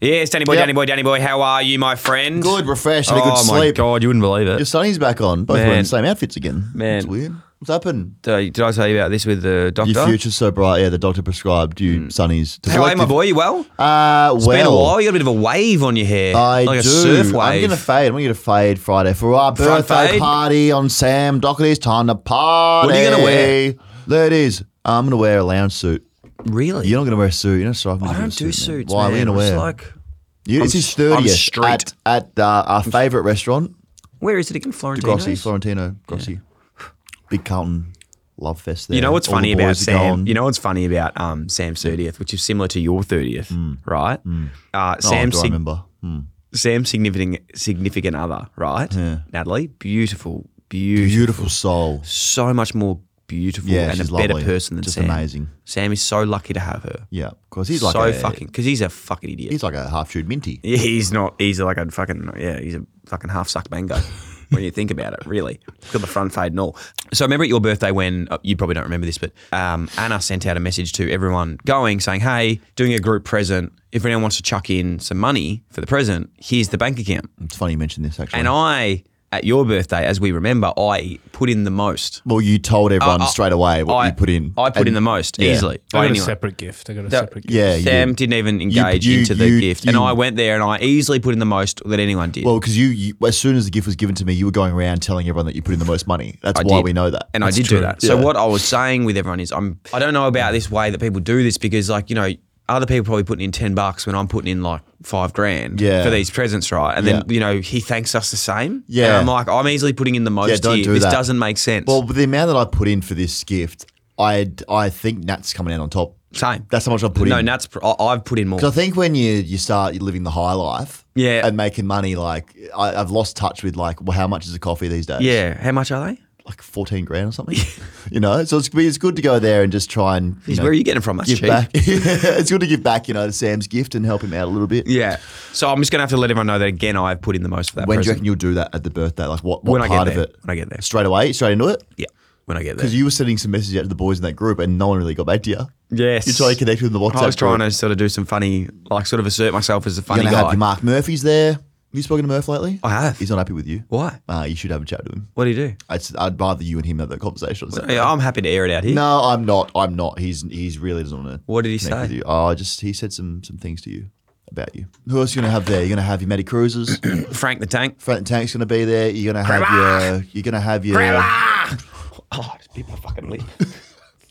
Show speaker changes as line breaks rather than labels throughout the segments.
Yes, Danny boy,
Yep.
Danny boy, Danny boy. How are you, my friend?
Good, refreshed, had
oh
a good
my
sleep.
god, you wouldn't believe it.
Your sunny's back on. Both wearing
Man.
the same outfits again.
Man.
It's weird. What's happened?
Did I, Uh, did I tell you about this with the doctor?
Your future's so bright. Yeah, the doctor prescribed you sunnies. To
Hmm. How are you, my
selective-
boy? You well?
Uh,
It's been a
well,
while. You got a bit of a wave on your hair,
I
like
do.
a surf wave.
I'm gonna fade. I'm gonna get a fade Friday for our
Front
birthday
fade?
party on Sam Doherty's time to party.
What are you gonna wear?
There it is. I'm gonna wear a lounge suit.
really?
You're not gonna wear a suit. You're not striking.
I don't do suits.
Why
man.
are we gonna
I'm just
wear?
Like,
you, it's
I'm
his
s- I'm
thirtieth
straight.
at, at uh, our favourite restaurant,
where is it again? Florentino.
Grossi Florentino Grossi, big Carlton love fest. There.
You know what's
All the
funny about
boys are
Sam?
gone.
You know what's funny about um, Sam's 30th, which is similar to your 30th, right? Uh,
Mm. oh,
Sam's,
do I
sig-
remember. Hmm.
Sam's significant, significant other, right? Natalie, beautiful, beautiful,
Beautiful soul.
so much more beautiful
Yeah,
and
she's
a better
lovely.
person than
Just
Sam.
amazing.
Sam is so lucky to have her.
Yeah, because he's like
so
a,
fucking, because he's a fucking idiot.
He's like a half chewed minty.
Yeah, he's not. He's like a fucking yeah. He's a fucking half sucked mango when you think about it. Really, got the front fade and all. So I remember at your birthday when uh, you probably don't remember this, but um, Anna sent out a message to everyone going saying, "Hey, doing a group present. If anyone wants to chuck in some money for the present, here's the bank account."
It's funny you mentioned this actually.
And I, at your birthday, as we remember, I put in the most.
Well, you told everyone straight away what
I
you put in.
I put
And
in the most
yeah.
easily.
I
By
got a
anyone.
separate gift. I got a
That-
separate gift.
Oh, Yeah, you
Sam
did.
didn't even engage
you-
into the
you-
gift,
you-
and I went there and I easily put in the most that anyone did.
Well, because you, you, as soon as the gift was given to me, you were going around telling everyone that you put in the most money. That's
I
why
did.
we know that.
and
That's
I did
true.
do that. So
Yeah.
what I was saying with everyone is I'm I don't know about this way that people do this because like you know other people probably putting in ten bucks when I'm putting in like five grand
Yeah.
for these presents, right? And then
Yeah.
you know he thanks us the same. and
Yeah.
I'm like I'm easily putting in the most
Yeah, don't
here.
do
this
that.
doesn't make sense.
Well, with the amount that I put in for this gift, I I think Nat's coming out on top.
same.
That's how much I put
no,
in.
Nat's. pr- I, I've put in more.
'Cause I think when you you start living the high life,
Yeah.
and making money, like I, I've lost touch with like well, how much is a coffee these days?
Yeah. How much are they?
like fourteen grand or something. you know, so it's it's good to go there and just try and you
Jeez,
know,
Where are you getting from? That's
give
cheap.
back. it's good to give back, you know, to Sam's gift and help him out a little bit.
Yeah. So I'm just gonna have to let everyone know that again. I've put in the most for that.
When do you
present.
reckon you'll do that at the birthday? Like what, what
When I get
part of
there.
it?
When I get there.
Straight away, straight into it?
Yeah. When I get there.
Because you were sending some messages out to the boys in that group and no one really got back to you.
Yes.
You tried to connect with them in the WhatsApp
I was trying
group.
to sort of do some funny, like sort of assert myself as a
You're
funny
gonna have
guy.
your Mark Murphy's there. Have you spoken to Murph lately?
I have.
He's not happy with you.
Why?
Uh, you should have a chat to him.
What do you do?
I'd, I'd rather you and him have that conversation. on Saturday.
Yeah, I'm happy to air it out here.
Uh, No, I'm not. I'm not. He's he's really doesn't want to.
What did he
connect
say?
with you. Oh, just he said some some things to you about you. Who else you gonna have there? You're gonna have your Matty Cruisers.
Frank the Tank.
Front tank's gonna be there. You're gonna have your. You're gonna have your. Ah!
Oh, just bit my fucking lip.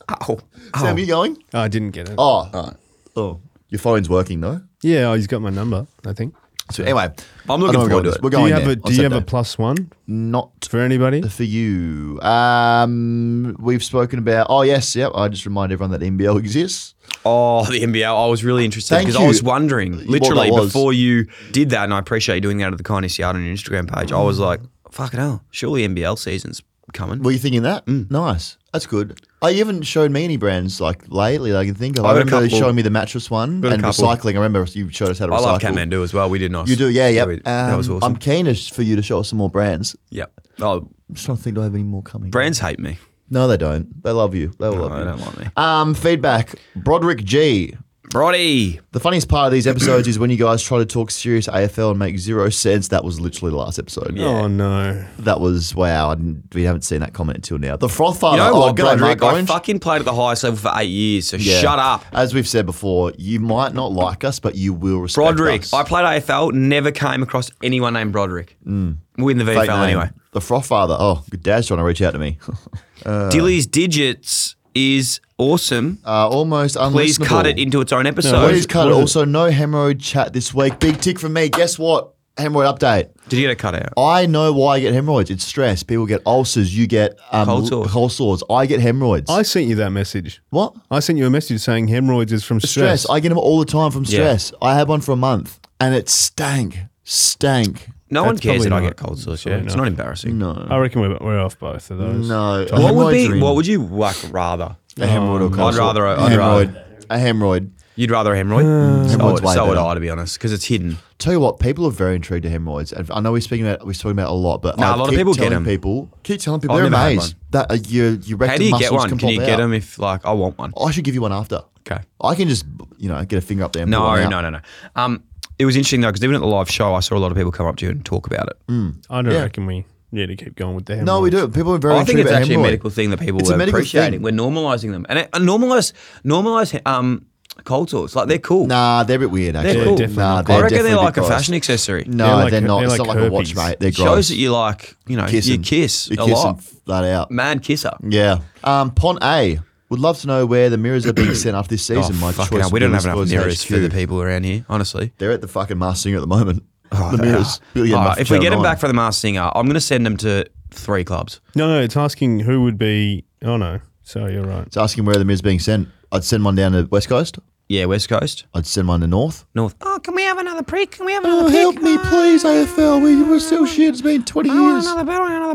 Ow.
Sam, you going?
Oh, I didn't get it.
Oh, oh, your phone's working though.
Yeah, oh, he's got my number. I think.
So anyway,
I'm
I
looking
don't know where
forward to
we're going with this.
it.
We're
Do
going
you have
there
a
on
Do you have a
Saturday.
plus one
Not
for anybody?
for you. Um, we've spoken about. Oh yes, yep. I just remind everyone that NBL exists.
Oh, the NBL. I was really interested
Thank
because I
you.
was wondering,
What
literally,
that was.
before you did that, and I appreciate you doing that at the kindness yard on your Instagram page. I was like, fucking hell, surely NBL season's coming.
Were you thinking that?
Mm.
Nice. That's good. Oh, you haven't shown me any brands like lately that I can think of. I,
I've got a
remember you
couple.
showing me the mattress one
Got a
and
couple.
recycling. I remember you showed us how to
I
recycle.
love Kathmandu as well. We did nice.
You do, yeah, yep.
we- that was
Um,
awesome.
I'm keen to- for you to show us some more brands.
yep. Oh,
I'm just trying to think, do I have any more coming?
brands hate me.
No, they don't. They love you. They will love
No,
you.
they don't like me.
Um, feedback. Broderick G.
Roddy.
The funniest part of these episodes is when you guys try to talk serious AFL and make zero sense. That was literally the last episode.
Oh no.
That was wow. I didn't, we haven't seen that comment until now. The froth father.
You know
oh,
what,
g'day, Mark
Broderick? I
Orange.
fucking played at the highest level for eight years, so
Yeah.
shut up.
As we've said before, you might not like us, but you will respect
Broderick.
us.
I played AFL, never came across anyone named Broderick. Mm. Win the VFL
Fake name.
anyway.
The froth father. Oh, good dad's trying to reach out to me.
Dilly's Digits is awesome.
Uh, almost unlistenable.
Please cut it into its own episode.
Please cut it.
what is it?
Also, no hemorrhoid chat this week. Big tick from me. Guess what? Hemorrhoid update.
Did you get a cut out?
I know why I get hemorrhoids. It's stress. People get ulcers. You get um,
Cold sores.
cold sores. I get hemorrhoids.
I sent you that message.
what?
I sent you a message saying hemorrhoids is from stress.
Stress. I get them all the time from stress. I had one for a month and it stank. Stank.
No one cares
probably
that I
not.
get cold sores. Yeah, it's not embarrassing.
No.
I, reckon we're, we're off both of those.
No.
What would be? What would you like rather?
A hemorrhoid or cold
Um, I'd
sore?
rather- I'd rather-
hemorrhoid. A hemorrhoid.
You'd rather a hemorrhoid? so
Hemorrhoid's
would,
way
so would
better.
I, to be honest, because it's hidden.
Tell you what, people are very intrigued to hemorrhoids. And I know we're speaking about we're talking about it a lot, but
Nah,
I
a lot of
keep
people get
telling
'em.
People keep telling people
I've
they're
never had
amazed that uh, your your rectum
How do you
muscles
get one?
can,
Can you
pop
get
out.
them if like I want one?
I should give you one after.
Okay.
I can just you know get a finger up there. And pull
No,
one out.
no, no, no. Um, It was interesting though because even at the live show, I saw a lot of people come up to you and talk about it.
Mm.
I don't
Yeah.
reckon we need to keep going with the
No, we do. People are very.
Oh, I think
intrigued
it's
about
actually
hemorrhoid.
a medical thing that people
It's a
were
medical
appreciating.
thing.
We're normalising them, and it, and normalise normalise um, cold sores. Like they're cool.
Nah, they're a bit weird. Actually,
they're cool.
definitely
Nah,
not
I
they're
reckon
definitely
they're like a
gross.
fashion accessory.
No,
They're
they're,
like-
not.
they're
it's
like
not like a watch,
herpes.
mate. They're
It shows
gross.
that you like you know
Kissing.
you kiss
You
a
kiss
lot.
them flat out.
Mad kisser.
Yeah. Um, Pont A would love to know where the mirrors are being sent after this season. My
Oh, fucking
choice
hell, we don't have
mirrors
enough
was
mirrors for
HQ.
the people around here. Honestly,
They're at the fucking Masked Singer at the moment. the
they
mirrors.
are.
Billion
All right,
Muffin
Oh, if we get them
Channel
back for the Masked Singer, I'm going to send them to three clubs.
No, no, it's asking who would be. Oh no, so you're right.
It's asking where the mirrors being sent. I'd send one down to West Coast.
Yeah, West Coast,
I'd send one to North.
North. Oh, can we have another prick? Can we have
Oh,
another prick? Oh,
AFL. We were still shit. It's been 20
another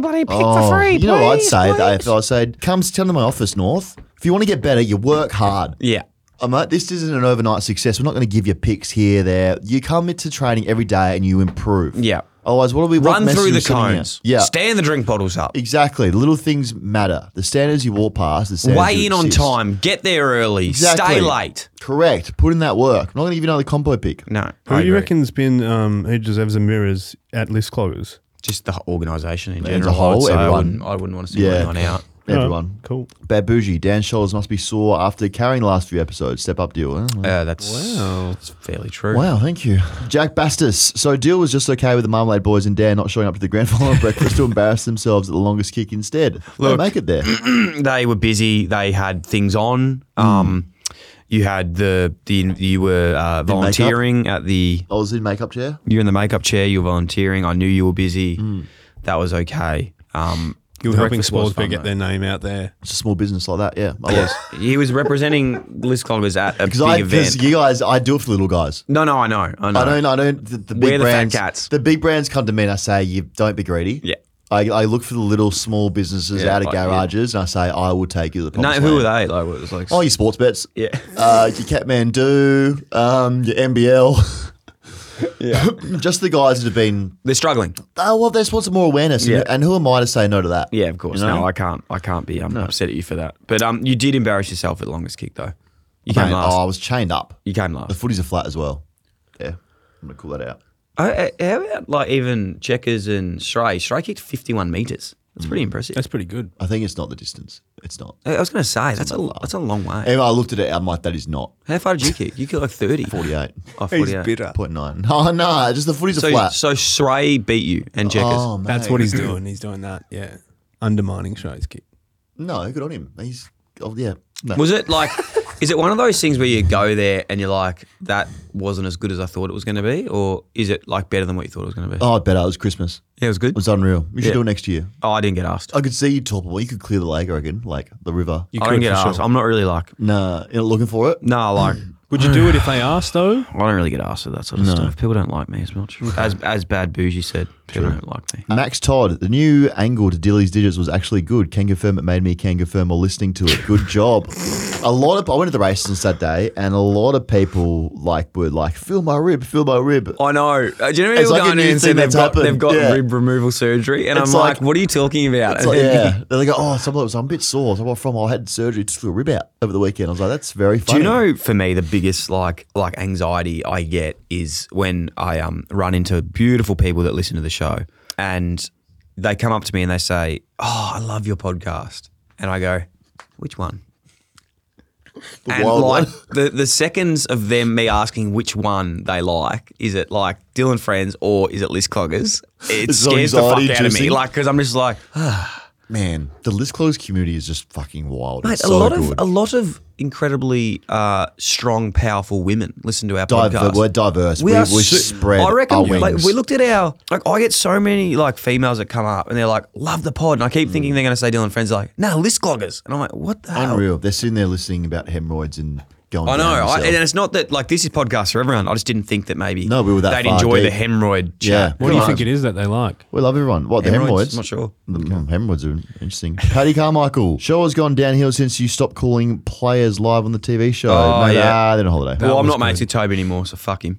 bloody pick
Oh, you know what I'd say at the AFL? I'd say, come to my office, North. If you want to get better, you work hard.
Yeah.
Oh, mate, this isn't an overnight success. We're not going to give you picks here, there. You come into training every day and you improve.
Yeah.
Otherwise, what are we? what
Run
message
through
are we
the
sending out?
cones.
Yeah.
Stand the drink bottles up.
exactly. The little things matter. The standards you walk past. The standards
Weigh
you
in on
exist.
time. Get there early.
Exactly.
Stay late.
Correct. Put in that work. I'm not going to give you another combo pick.
No.
Who do you reckon's been um, who deserves the mirrors at list close?
Just the organisation in
As a
general.
whole,
I'd say I
everyone.
wouldn't, I wouldn't want to see
Yeah.
anyone out.
Everyone.
Cool.
Bad bougie. Dan's shoulders must be sore after carrying last few episodes. Step up, deal. Oh,
Uh, that's,
Wow.
that's fairly true.
Wow, thank you. Jack Bastis. So Deal was just okay with the Marmalade Boys and Dan not showing up to the grand final breakfast to embarrass themselves at the longest kick instead.
Look.
they make it there.
they were busy. They had things on.
Hmm.
Um, You had the, the you were uh, volunteering at the.
I was in makeup chair.
You're in the makeup chair. You were volunteering. I knew you were busy.
Hmm.
That was okay. Um,
You were helping
breakfast was
Spurs
fun,
get
though.
their name out there.
It's a small business like that. Yeah, I was.
He was representing Liz Columbus at a big
Because I,
event.
because you guys, I do it for the little guys.
no, no, I know, I know.
I don't, I don't. The, the big
We're the fat
brands,
cats.
the big brands come to me and I say, "You don't be greedy."
Yeah.
I, I look for the little small businesses
Yeah,
out of
like, yeah.
garages and I say, "I will take you to the
no,
promised
who
land."
were they? Like, it was like,
Oh, your sports bets.
Yeah.
Uh, your Catmandu, um, your MBL. yeah. Just the guys that have been,
they're struggling.
oh, well, they just want some more awareness.
Yeah.
And, and who am I to say no to that?
Yeah, of course.
You know?
No, I can't. I can't be um, upset at you for that. But um, you did embarrass yourself at longest kick though. You came
Mate,
last.
oh, I was chained up.
You came
The
last.
footies are flat as well. Yeah. I'm going to call that out.
Uh, uh, how about like even checkers and Stray? Stray kicked 51 meters.
Hmm.
That's pretty impressive.
That's pretty good.
I think it's not the distance. It's not.
I I was going to say that's a that's a long way.
Anyway, I looked at it. I'm like, that is not
How far did you kick? You kicked like 30.
48.9.
Oh, 48.
Oh, no. Just the footies are
So
flat.
so Stray beat you and checkers.
Oh, mate.
That's what he's doing. He's doing that. Yeah. Undermining Shreya's kick.
No, good on him. He's, oh, yeah. No.
Was it like? is it one of those things where you go there and you're like, that wasn't as good as I thought it was going to be, or is it like better than what you thought it was going to be?
Oh, I bet it was Christmas.
yeah, it was good.
It was unreal. We should do it next year.
oh, I didn't get asked.
I could see you top well. You could clear the lake, I reckon, like the river.
You
I didn't
could
get
for sure.
asked. I'm not really like,
Nah, you're not looking for it.
nah, like.
Would you do it if they asked though?
I don't really get asked for that sort of stuff. People don't like me as much. As as bad bougie said, people don't like me.
Max Todd, the new angle to Dilly's digits was actually good. Can confirm it made me can confirm while listening to it. Good job. a lot of I went to the races that day, and a lot of people like were like, "Feel my rib, feel my rib."
I know. Uh, do you know when
It's
people
like a
go in
new
and say
thing
they've
that's
got,
happened.
they've got
Yeah.
rib removal surgery? And
It's
I'm like,
like-
what are you talking about?
It's like, yeah, they go, "Oh, some of it was, I'm a bit sore." So what from? I had surgery to flew a rib out over the weekend. I was like, "That's very
Do
funny."
you know for me the biggest like like anxiety I get is when I um run into beautiful people that listen to the show and they come up to me and they say, "Oh, I love your podcast." And I go, "Which one?"
The
and
wild
like
one.
the the seconds of them me asking which one they like, is it like Dylan Friends or is it Liz Cloggers? It
It's
scares the fuck
anxiety
out of me.
inducing.
Like because I'm just like,
man, the list closed community is just fucking wild.
Mate,
it's
a
so
lot
good.
of a lot of incredibly uh, strong, powerful women listen to our
Diver-
podcast.
we're diverse. We, we,
su-
spread.
I reckon.
Our
like,
wings.
we looked at our like. I get so many like females that come up and they're like, "Love the pod," and I
Mm.
keep thinking they're going to say Dylan Friends. Like, no, list cloggers, and I'm like, "What the hell?"
Unreal. They're sitting there listening about hemorrhoids and going.
I know,
down
I,
themselves.
and it's not that like this is podcast for everyone. I just didn't think that maybe
No, we were that
they'd
far
enjoy
deep.
the hemorrhoid.
yeah.
Chat.
What do you think it is that they like?
We love everyone. What the hemorrhoids?
Not sure.
Mm, hemorrhoids are interesting. Paddy Carmichael. Show has gone downhill since you stopped calling players live on the TV show.
Oh,
Mate,
yeah.
ah, they're on holiday.
well, I'm
was
not mates with Toby anymore, so fuck him.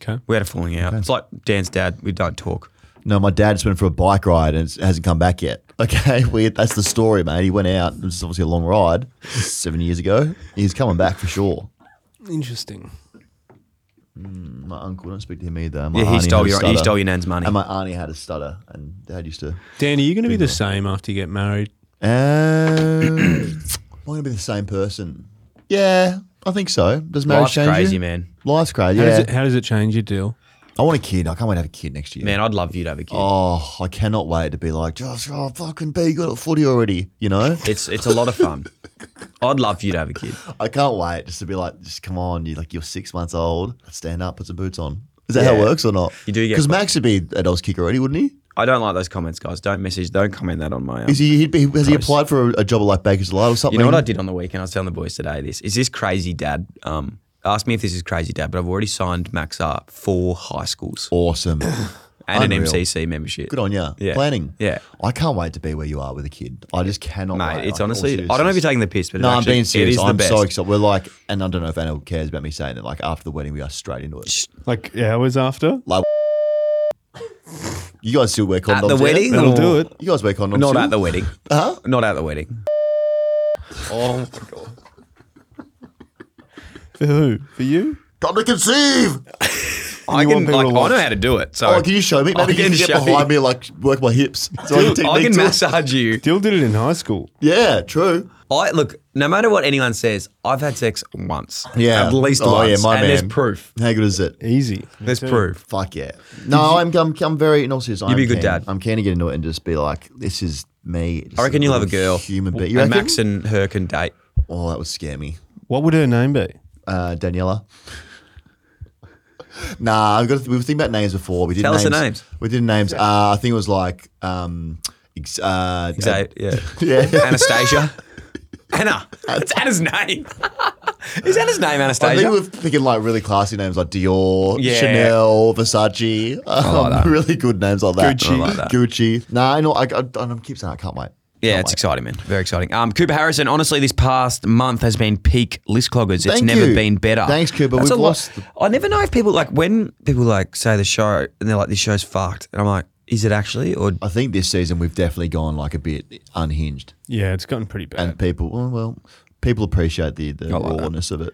Okay.
We had a falling out. It's like Dan's dad. We don't talk.
No, my dad just went for a bike ride and it hasn't come back yet. Okay, we, that's the story, mate. He went out. It was obviously a long ride, seven years ago. He's coming back for sure.
Interesting.
My uncle, I don't speak to him either. My
Yeah, he
auntie
stole
had a
your he
stutter.
stole your nan's money.
And my auntie had a stutter, and dad used to.
Dan, are you going to be the same after you get married?
Um, am I going to be the same person? Yeah, I think so. Does marriage
Life's
change
crazy,
you?
man.
Life's crazy.
How,
yeah.
does it, how does it change your deal?
I want a kid. I can't wait to have a kid next year.
Man, I'd love you to have a kid.
Oh, I cannot wait to be like Josh. Oh, fucking B, you got a footy already. You know,
It's it's a lot of fun. I'd love for you to have a kid.
I can't wait just to be like, just come on, you like you're six months old. Stand up, put some boots on. Is that how
Yeah.
it works or not?
You do get-
because Max would be a adults kick already, wouldn't he?
I don't like those comments, guys. Don't message. Don't comment that on my. Um,
Is he? He'd be, has he
Gross.
applied for a, a job at like Baker's Delight or something?
You know what I did on the weekend? I was telling the boys today this. Is this crazy, Dad? Um, ask me if this is crazy, Dad, but I've already signed Max up for high schools
Awesome.
and
Unreal.
an MCC membership.
Good on you.
Yeah.
Planning.
Yeah.
I can't wait to be where you are with a kid. I just cannot.
Mate,
wait.
it's
Like,
honestly,
all
I don't know if you're
seriousness.
taking the piss, but
No,
it
I'm
actually,
being serious.
It is
I'm
the best.
so excited. We're like, and I don't know if anyone cares about me saying that. Like after the wedding, we are straight into it.
Like hours after?
You guys still wear
At
condoms
the
yeah?
wedding?
That'll
or-
do it.
You guys wear condoms?
Not
still?
at the wedding.
Huh?
Not at the wedding.
Oh my god!
For who? For you?
Time to conceive.
I
want
can,
people
like,
to
I know
watch.
how to do it. So
Oh, can you show me? Maybe you
can
can get
show
behind
you.
me, like work my hips. So I can,
I
technique
can
to it.
massage you.
Dill did it in high school.
Yeah, true.
I look. No matter what anyone says, I've had sex once.
Yeah.
at least
Oh,
once.
yeah, my
and there's
man.
proof.
How good is it?
Easy.
There's proof.
Fuck yeah. No, I'm, I'm, I'm very, in all seriousness, I'm
be a good
keen.
dad.
I'm keen to get into it and just be like, this is me. Just
I reckon you'll have a
little
girl.
Human being. You
and
reckon?
Max and her can date.
Oh, that would scare me.
What would her name be?
Uh, Daniela. nah, I've got to, we were thinking about names before. We did
Tell us
names.
the names.
We did names. Uh, I think it was like, um, ex- uh,
Date. Yeah.
yeah.
Anastasia. Anna. That's Anna's name. Is Anna's name
I think we
Anastasia?
were thinking like really classy names like Dior,
Yeah.
Chanel, Versace. Um,
that.
really good names like that.
Gucci. I like
that.
Gucci. Nah, I know. I, I, I keep saying I can't wait.
Yeah, it's exciting, man. Very exciting. Um, Cooper Harrison, honestly, this past month has been peak list cloggers. It's
Thank
never
you.
been better.
Thanks, Cooper.
That's
We've
a lot-
lost the-
I never know if people like when people like say the show and they're like, this show's fucked. And I'm like, is it actually? Or
I think this season we've definitely gone like a bit unhinged,
Yeah, it's gotten pretty bad.
and people, well, well people appreciate the, the
like that. Um,
rawness of it.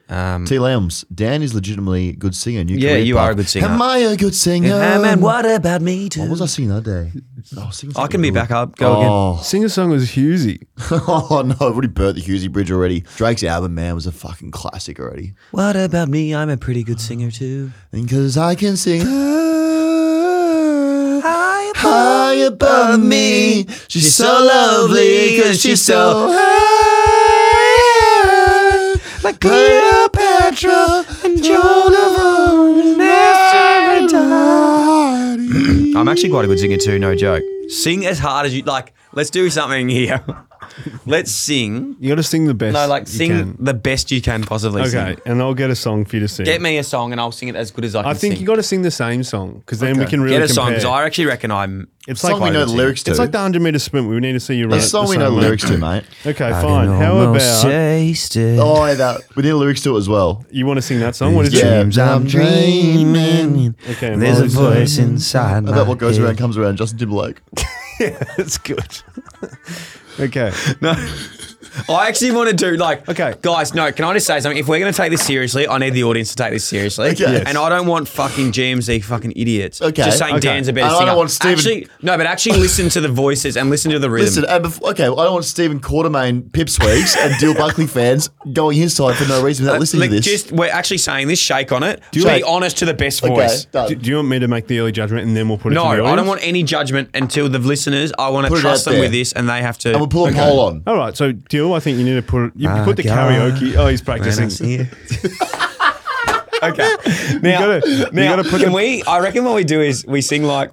T. Lambs, Dan is legitimately a good singer. New
Yeah,
career
you are
path.
a good singer.
Am I a good singer?
Hey, man, what about me too?
What was I singing that day? I, was singing
I can be
something
back up. Go again.
Oh.
Sing a song was Husey.
oh no! I've already burnt the Husey Bridge already. Drake's album, man, was a fucking classic already.
What about me? I'm a pretty good singer too.
Because I can sing high
Hi,
above me. She's so lovely because she's so high.
Like
Cleopatra and Joan of Arc.
I'm actually quite a good singer too, no joke. Sing as hard as you like. Let's do something here. let's sing.
You got to sing the best.
No, like
you
sing
can.
the best you can possibly
Okay,
sing.
and I'll get a song for you to sing.
Get me a song and I'll sing it as good as I can.
I think
sing.
you got to sing the same song because then we can really
get a song because
compare.
I actually reckon I'm.
It's
Song we know the
it's
lyrics to.
like the hundred meter sprint. We need to see you run.
There's
it
song
the
we know
same
the
way.
lyrics to, mate.
Okay, fine. How about
Taste it.
Oh, yeah, that. We need the lyrics to it as well.
you want to sing that song? What is
Yeah.
it?
Dreams I'm dreaming.
Okay, There's a Molly's- voice
inside
I bet what goes around comes around. Justin Timberlake.
That's good. okay.
I actually want to do like,
Okay.
guys. No, can I just say something? If we're going to take this seriously, I need the audience to take this seriously.
Okay. Yes.
And I don't want fucking GMZ fucking idiots.
Okay.
Just saying
Okay.
Dan's a better
And I
singer.
don't want Stephen-
Actually, no, but actually listen to the voices and listen to the rhythm.
Listen, and before, okay, well, I don't want Stephen Quartermain pipsqueaks and Dill Buckley fans going his side for no reason without listening
Like,
to this.
Just we're actually saying this. Shake on it.
you
Be
like-
honest to the best
okay,
voice.
done.
Do, do you want me to make the early judgment and then we'll put it?
No,
to the
I don't
audience?
want any judgment until the listeners. I want
Put
to
it
trust
out
them
there.
with this, and they have to.
and we'll pull a poll on.
All right, so Dill, I think you need to put you
Ah,
put the
God.
karaoke. Oh, he's practicing.
okay. Now,
gotta- you
now
gotta put
can
the-
we? I reckon what we do is we sing like,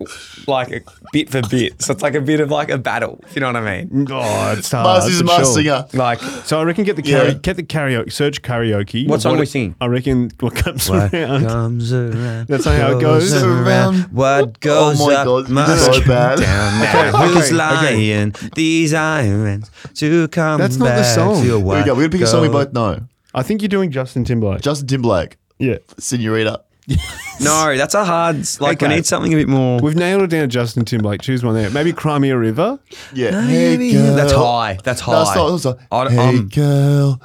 like a bit for bit. So it's like a bit of like a battle. If you know what I mean?
Oh, it's hard.
Mars is
for
a Mars
sure.
singer.
Like,
So I reckon get the karaoke,
Yeah.
get the karaoke, search karaoke.
What song
What
we
it-
singing?
I reckon what comes around.
comes around.
That's not how it goes.
goes around.
What
Oh
goes
my
up
God,
must
so
come
bad.
down.
Okay,
Now who's
okay, okay.
lying? These irons to come
That's not the
back
song.
to
Here we
Here we
what
go. We're going to pick a song we
goes-
both know.
I think you're doing Justin Timberlake.
Justin Timberlake,
yeah,
Senorita.
No, that's a hard. Like,
Okay.
we need something a bit more.
we've nailed it down. to Justin Timberlake. Choose one there. Maybe Crimea River.
Yeah.
That's high. That's high.
No, it's not, it's not.
I don't-
hey,
um,
girl.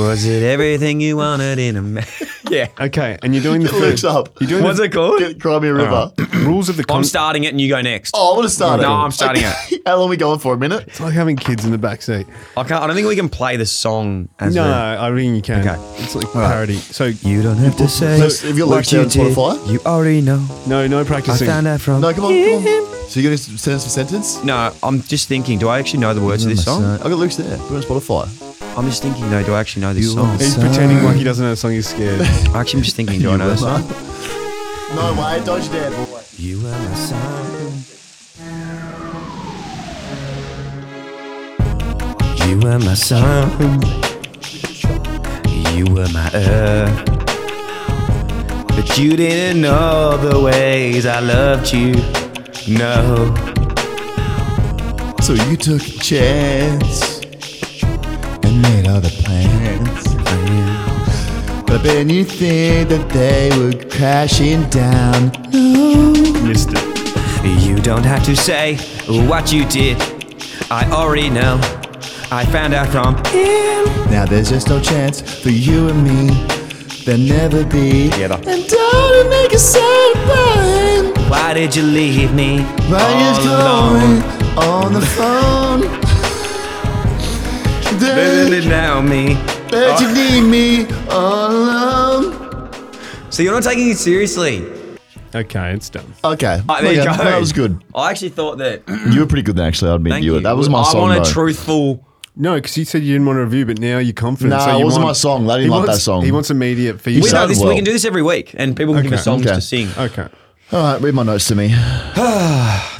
Was it everything you wanted in a man? yeah.
Okay, and you're doing the
Looks
first.
up.
You're doing
What's
the
it called?
Get Cry Me a River.
rules of the. Con-
I'm starting it and you go next.
Oh, I want to start it.
No, I'm starting
it. How long we going for? A minute?
it's like having kids in the backseat.
I can't. I don't think we can play the song as
No,
a-
I mean you can.
Okay.
It's like parody. So
You don't have to say
So if you like
what you
that on
did.
Spotify?
You already know.
no, no
I
practicing.
found out from.
No, come on. Come on. So you're going to sentence for sentence?
No, I'm just thinking. Do I actually know the words of this
Uh,
song?
I've got Luke's there. Put it on Spotify.
I'm just thinking though. Do I actually know this
You
song?
are-
He's pretending like he doesn't know the song. He's scared.
Actually, I'm just thinking. Do I know this song?
No way. Don't you dare, boy.
You are my sun. You were my sun. You were my earth. But you didn't know the ways I loved you. No.
So you took a chance and made other plans. But then you think that they were crashing down.
Missed it.
You don't have to say what you did. I already know. I found out from him.
Now there's just no chance for you and me. There'll never be.
Together.
And don't it make a sad burn.
Why did you leave me?
Why is
all alone?
going on the phone? Did,
now me.
did you need me all alone?
So you're not taking it seriously.
Okay, it's done.
Okay.
Ah, there you
okay,
go.
That was good.
I actually thought that.
You were pretty good, actually. I'd admit
Thank
you.
you.
That was my
I
song.
want a
though.
truthful.
No, because you said you didn't want to review, but now you're confident.
Nah,
so
it
you
wasn't
want-
my song. I didn't
He
like that
wants-
song.
He wants immediate
You
We,
feedback.
know
sound
this, we
well.
can do this every week, and people can give us
Okay,
songs
okay.
to sing.
Okay.
All right, read my notes to me.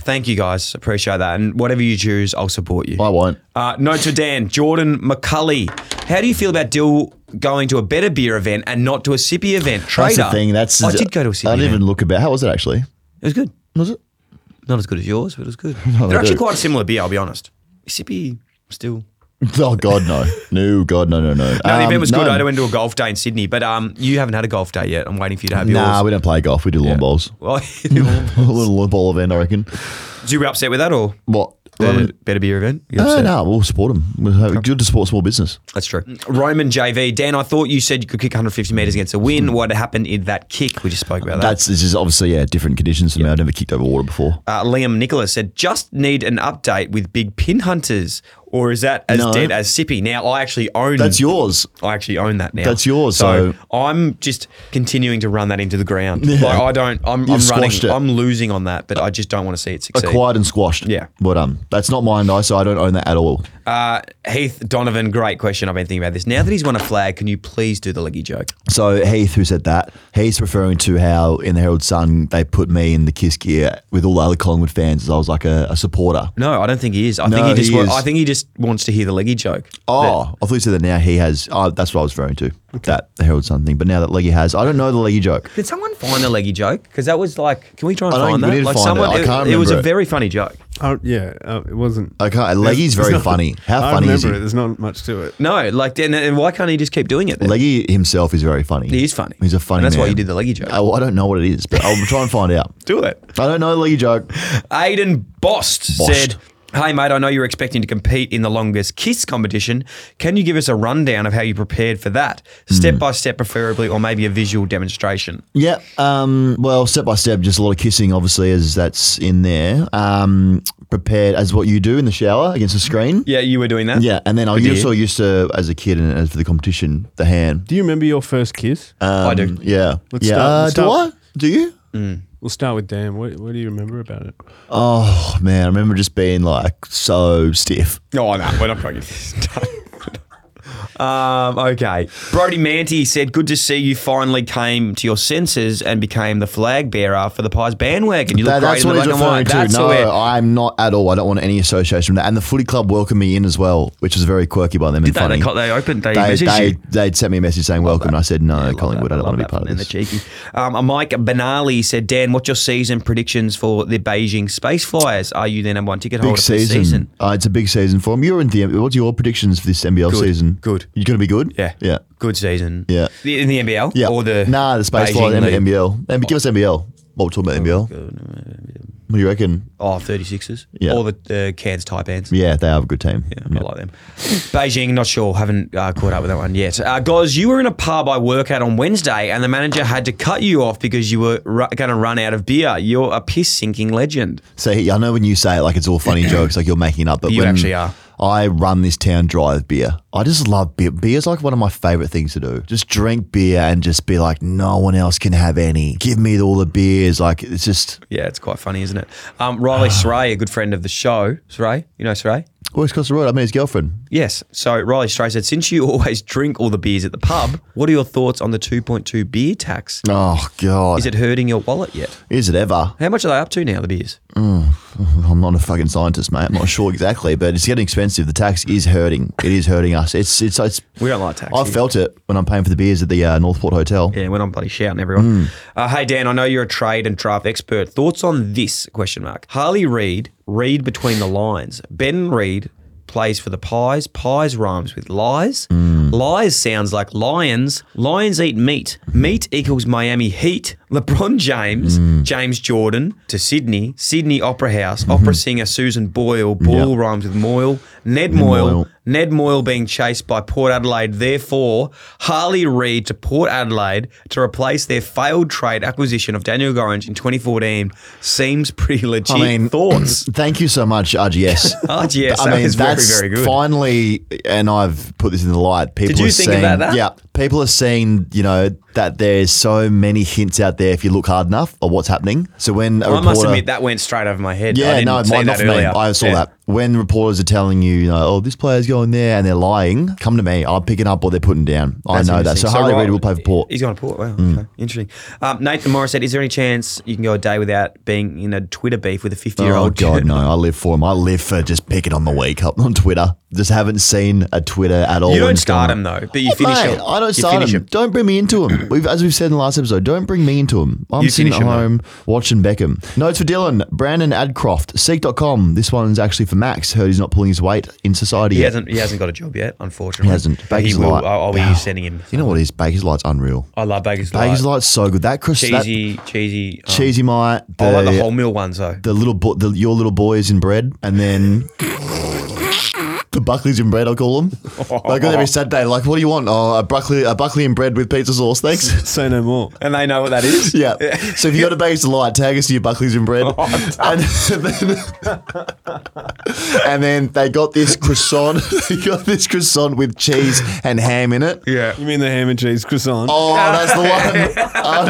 Thank you guys, appreciate that. And whatever you choose, I'll support you.
I won't.
Uh, note to Dan, Jordan McCulley. How do you feel about Dill going to a better beer event and not to a sippy event? Trader.
That's the thing. That's
I did go to a sippy
I didn't
event.
even look about. How was it actually?
It was good.
Was it?
Not as good as yours, but it was good.
they
They're actually
do.
quite a similar beer, I'll be honest. Sippy still.
Oh God, no, no, God, no, no, no.
No, the
Um,
event was good.
no.
I went to a golf day in Sydney, but um, you haven't had a golf day yet. I'm waiting for you to have
Nah,
yours.
we don't play golf. We do lawn bowls.
Well,
a little lawn bowl event, I reckon.
you were upset with that, or
What?
the better beer event? You
No,
upset?
no, we'll support them. We'll have- Good to support small business.
That's true. Roman JV, Dan, I thought you said you could kick 150 meters against a win. What happened in that kick? We just spoke about that.
That's this is obviously yeah different conditions for me. I've never kicked over water before.
Uh, Liam Nicholas said, "Just need an update with big pin hunters, or is that as
No.
dead as Sippy?" Now I actually own
That's yours.
I actually own that now.
That's yours, so-
I'm just continuing to run that into the ground.
Yeah.
Like I don't. I'm, I'm
You've
running.
squashed it.
I'm losing on that, but I just don't want to see it succeed.
Acquired and squashed.
Yeah.
But um, that's not mine though, so I don't own that at all.
Uh, Heath Donovan, great question. I've been thinking about this. Now that he's won a flag, can you please do the leggy joke?
So Heath, who said that, he's referring to how in the Herald Sun they put me in the kiss gear with all the other Collingwood fans as I was like a, a supporter.
No, I don't think he is. I
No,
think he just.
he
wa-
is.
I think he just wants to hear the leggy joke.
Oh, I thought you said that now he has. Oh, that's what I was referring to. That the Herald Sun thing. But now that Leggy has, I don't know the Leggy joke.
Did someone find the leggy joke? Because that was like, can we try and
I don't
find
think we
that?
did
like
find it.
someone,
I can't
it was a
remember it.
very funny joke.
Oh yeah, uh, it wasn't.
Okay, Leggy's
There's
very
not-
funny. How
I
funny is
remember
he?
it. There's not much to it.
No, like, and, and why can't he just keep doing it? Then?
Leggy himself is very funny.
He is funny.
He's a funny.
And that's why
man.
you did the leggy joke.
Oh, I don't know what it is, but I'll try and find out.
Do it.
I don't know the leggy joke.
Aiden Bost,
Bost.
said, "Hey mate, I know you're expecting to compete in the longest kiss competition. Can you give us a rundown of how you prepared for that, step by step, preferably, or maybe a visual demonstration?"
Yeah. Um, well, step by step, just a lot of kissing, obviously, as that's in there. Um, prepared as what you do in the shower against the screen.
Mm-hmm. Yeah, you were doing that.
Yeah, and then I
dear.
also used to, as a kid, and as for the competition, the hand. Um,
Do you remember your first kiss?
Uh.
I do.
Yeah,
Let's
yeah.
start- let's
uh, do I?
start-
Do you?
we'll start with Dan. What, what do you remember about it?
Oh man, I remember just being like so stiff.
No, no, we're not fucking this Um, okay. Brody Manty said, Good to see you finally came to your senses and became the flag bearer for the Pies bandwagon. You look
That-
great
that's
in
what
the
he's
black and white.
referring to.
That's
No,
where-
I'm not at all. I don't want any association with that. And the Footy Club welcomed me in as well, which was very quirky by them
Did
and
they,
funny.
they, co- they opened, they,
they,
messaged
they,
you.
they'd sent me a message
Oh,
saying welcome. And I said, no, Collingwood, I don't
Love
want to be
that
part of
and
this.
the cheeky. Um, uh, Mike Benali said, Dan, what's your season predictions for the Beijing Space Flyers? Are you their number one ticket holder
Big
for the
season.
season?
Uh, it's a big season for them. You're in the. What's your predictions for this NBL
Good.
season?
Good.
You're going to be good?
Yeah.
Yeah.
Good season.
Yeah.
The- In the NBL?
Yeah.
Or the
Nah, the
Beijing
Space
Oh,
Flight and
League?
NBL. And give us NBL. What we're talking about, NBL. What do you reckon?
Oh, 36s.
Yeah.
Or the uh, Cairns Taipans.
Yeah, they are a good team.
Yeah, I like them. Beijing, not sure. Haven't uh, caught up with that one yet. Uh, guys, you were in a pub I work at on Wednesday, and the manager had to cut you off because you were ru- going to run out of beer. You're a piss sinking legend.
So I know when you say it, like it's all funny jokes, like you're making it up, but
You
when
actually are.
I run this town dry with beer. I just love beer. Beer's like one of my favorite things to do. Just drink beer and just be like, no one else can have any. Give me all the beers. Like it's just
Yeah, it's quite funny, isn't it? Um, Riley Sray, a good friend of the show. Sray, you know Sray?
always across the road. I mean, his girlfriend.
Yes. So Riley Stray said, since you always drink all the beers at the pub, what are your thoughts on the 2.2 beer tax?
Oh god,
Is it hurting your wallet yet?
is it ever?
How much are they up to now, the beers?
I'm not a fucking scientist, mate. I'm not sure exactly, but it's getting expensive. The tax is hurting. It is hurting us. It's it's it's.
We don't like tax.
I
here.
felt it when I'm paying for the beers at the uh, Northport Hotel.
Yeah, when I'm bloody shouting everyone. Uh, hey Dan, I know you're a trade and draft expert. Thoughts on this question mark? Harley Reid, read between the lines. Ben Reid plays for the Pies. Pies rhymes with lies. Lies sounds like lions. Lions eat meat. Meat equals Miami Heat. LeBron James, James Jordan to Sydney. Sydney Opera House. Opera singer Susan Boyle. Boyle rhymes with Moyle. Ned Moyle.
Moyle.
Ned Moyle being chased by Port Adelaide, therefore Harley Reid to Port Adelaide to replace their failed trade acquisition of Daniel Gorringe in 2014 seems pretty legit. thoughts?
Thank you so much, RGS.
RGS,
I
Oh, that
mean,
is very,
that's
very good.
finally, and I've put this in the light. People
you
are
think
seeing,
about that?
Yeah, people are seeing, you know, that there's so many hints out there if you look hard enough of what's happening. So when a
I
reporter,
must admit that went straight over my head. I
yeah,
didn't
no,
see
mine not
that
for me.
earlier.
I saw
Yeah.
that when reporters are telling you, you know, oh, this player's going there, and they're lying. Come to me. I'm picking up what they're putting down.
That's
I know that. So,
interesting.
Harley
Riley-
Reid will play for Port. Mm.
He's going to Port. Wow, okay. interesting. Um, Nathan Morris said, "Is there any chance you can go a day without being in a Twitter beef with a
Oh
fifty-year-old?"
God, no! I live for him. I live for just picking on the wake up on Twitter. Just haven't seen a Twitter at all.
You don't
It's
start
gone-
him though, but you finish
Mate,
him.
I don't
You
start
finish
him. Don't bring me into him. We've, as we've said in the last episode, don't bring me into him. I'm
You
sitting
finish
at
him,
home watching Beckham. Notes for Dylan, Brandon Adcroft, Seek.com. This one's actually for Max. Heard he's not pulling his weight in society
He
yet.
hasn't. He hasn't got a job yet, unfortunately.
He hasn't.
But he
Baker's
will.
Light.
I'll, I'll be sending him.
You know what his Baker's Light's unreal.
I love Baker's Light.
Baker's Light's so good. That Chris, that
cheesy, cheesy. Um,
cheesy mite. The,
I like the wholemeal ones though.
the little bo- the, your little boy is in bread, and then the Buckley's in bread. I call them. I go there every Saturday. Like, what do you want? Oh, a Buckley, a Buckley in bread with pizza sauce, thanks.
Say no more.
And they know what that is.
yeah. So if you go to Baker's Delight, tag us to your Buckley's in
Oh,
bread, and, then, and then they got this croissant. they got this croissant with cheese and ham in it.
Yeah.
You mean the ham and cheese croissant?
Oh, that's the one.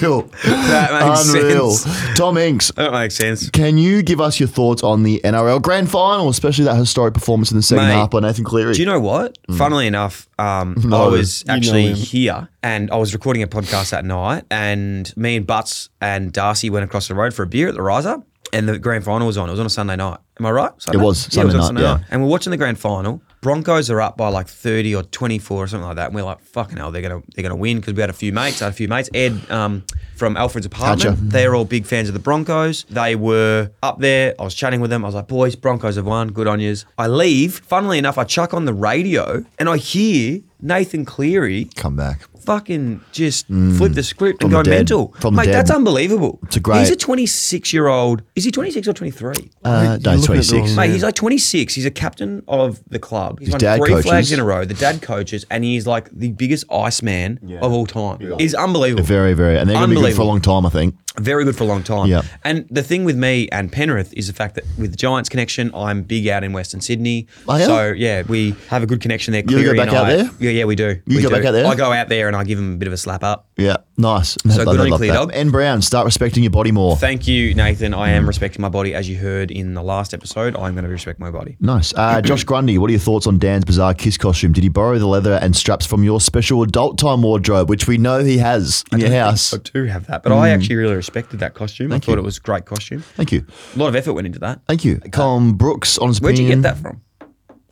Unreal.
That makes
Unreal.
sense.
Tom Inks.
That makes sense.
Can you give us your thoughts on the NRL grand final, especially that historic performance in the second
Mate,
half by Nathan Cleary?
Do you know what? Funnily enough, um, I
Mm. No,
was
know
actually
him.
here and I was recording a podcast that night, and me and Butts and Darcy went across the road for a beer at the Riser, and the grand final was on. It was on a Sunday night. Am I right? Sunday?
was
Yeah,
Sunday
on
night, yeah.
And we're watching the grand final. Broncos are up by like thirty or twenty-four or something like that, and we're like, "Fucking hell, they're gonna they're gonna win." Because we had a few mates, I had a few mates. Ed um, from Alfred's apartment,
Gotcha.
they're all big fans of the Broncos. They were up there. I was chatting with them. I was like, boys, Broncos have won. Good on yous. I leave. Funnily enough, I chuck on the radio and I hear Nathan Cleary
Come back.
fucking just flip the script and
Mm. From
go
the dead.
mental.
From the
Mate,
dead.
that's unbelievable. It's
a great-
He's a 26 year old. Is he 26 or 23?
Uh,
You're
no, it's
looking at the
26.
wrong-
Mate, he's like 26. He's a captain of the club. He's
His
won
dad
three
coaches.
flags in a row. The dad coaches, and he's like the biggest Iceman of all time. He's unbelievable
Very, very. And they're going to be good for a
Unbelievable.
long time, I think.
very good for a long time.
Yeah.
And the thing with me and Penrith is the fact that with the Giants connection, I'm big out in Western Sydney.
Oh, yeah?
So yeah, we have a good connection there.
go
Cleary
back
and
out
I-
there?
Yeah, yeah, we do.
You
We
go
do.
back out there?
I go out there and I give him a bit of a slap up.
Yeah, nice.
So good on you, Clear
that.
Dog.
And Brown, start respecting your body more.
Thank you, Nathan. I am respecting my body, as you heard in the last episode. I'm going to respect my body.
Nice. Uh, Josh Grundy, what are your thoughts on Dan's bizarre kiss costume? Did he borrow the leather and straps from your special adult time wardrobe, which we know he has in your house?
I do have that, but
Mm.
I actually really respected that costume. I thought it was a great costume.
Thank you.
A lot of effort went into that.
Thank you. Colin Brooks, honest
Where'd you
opinion.
get that from?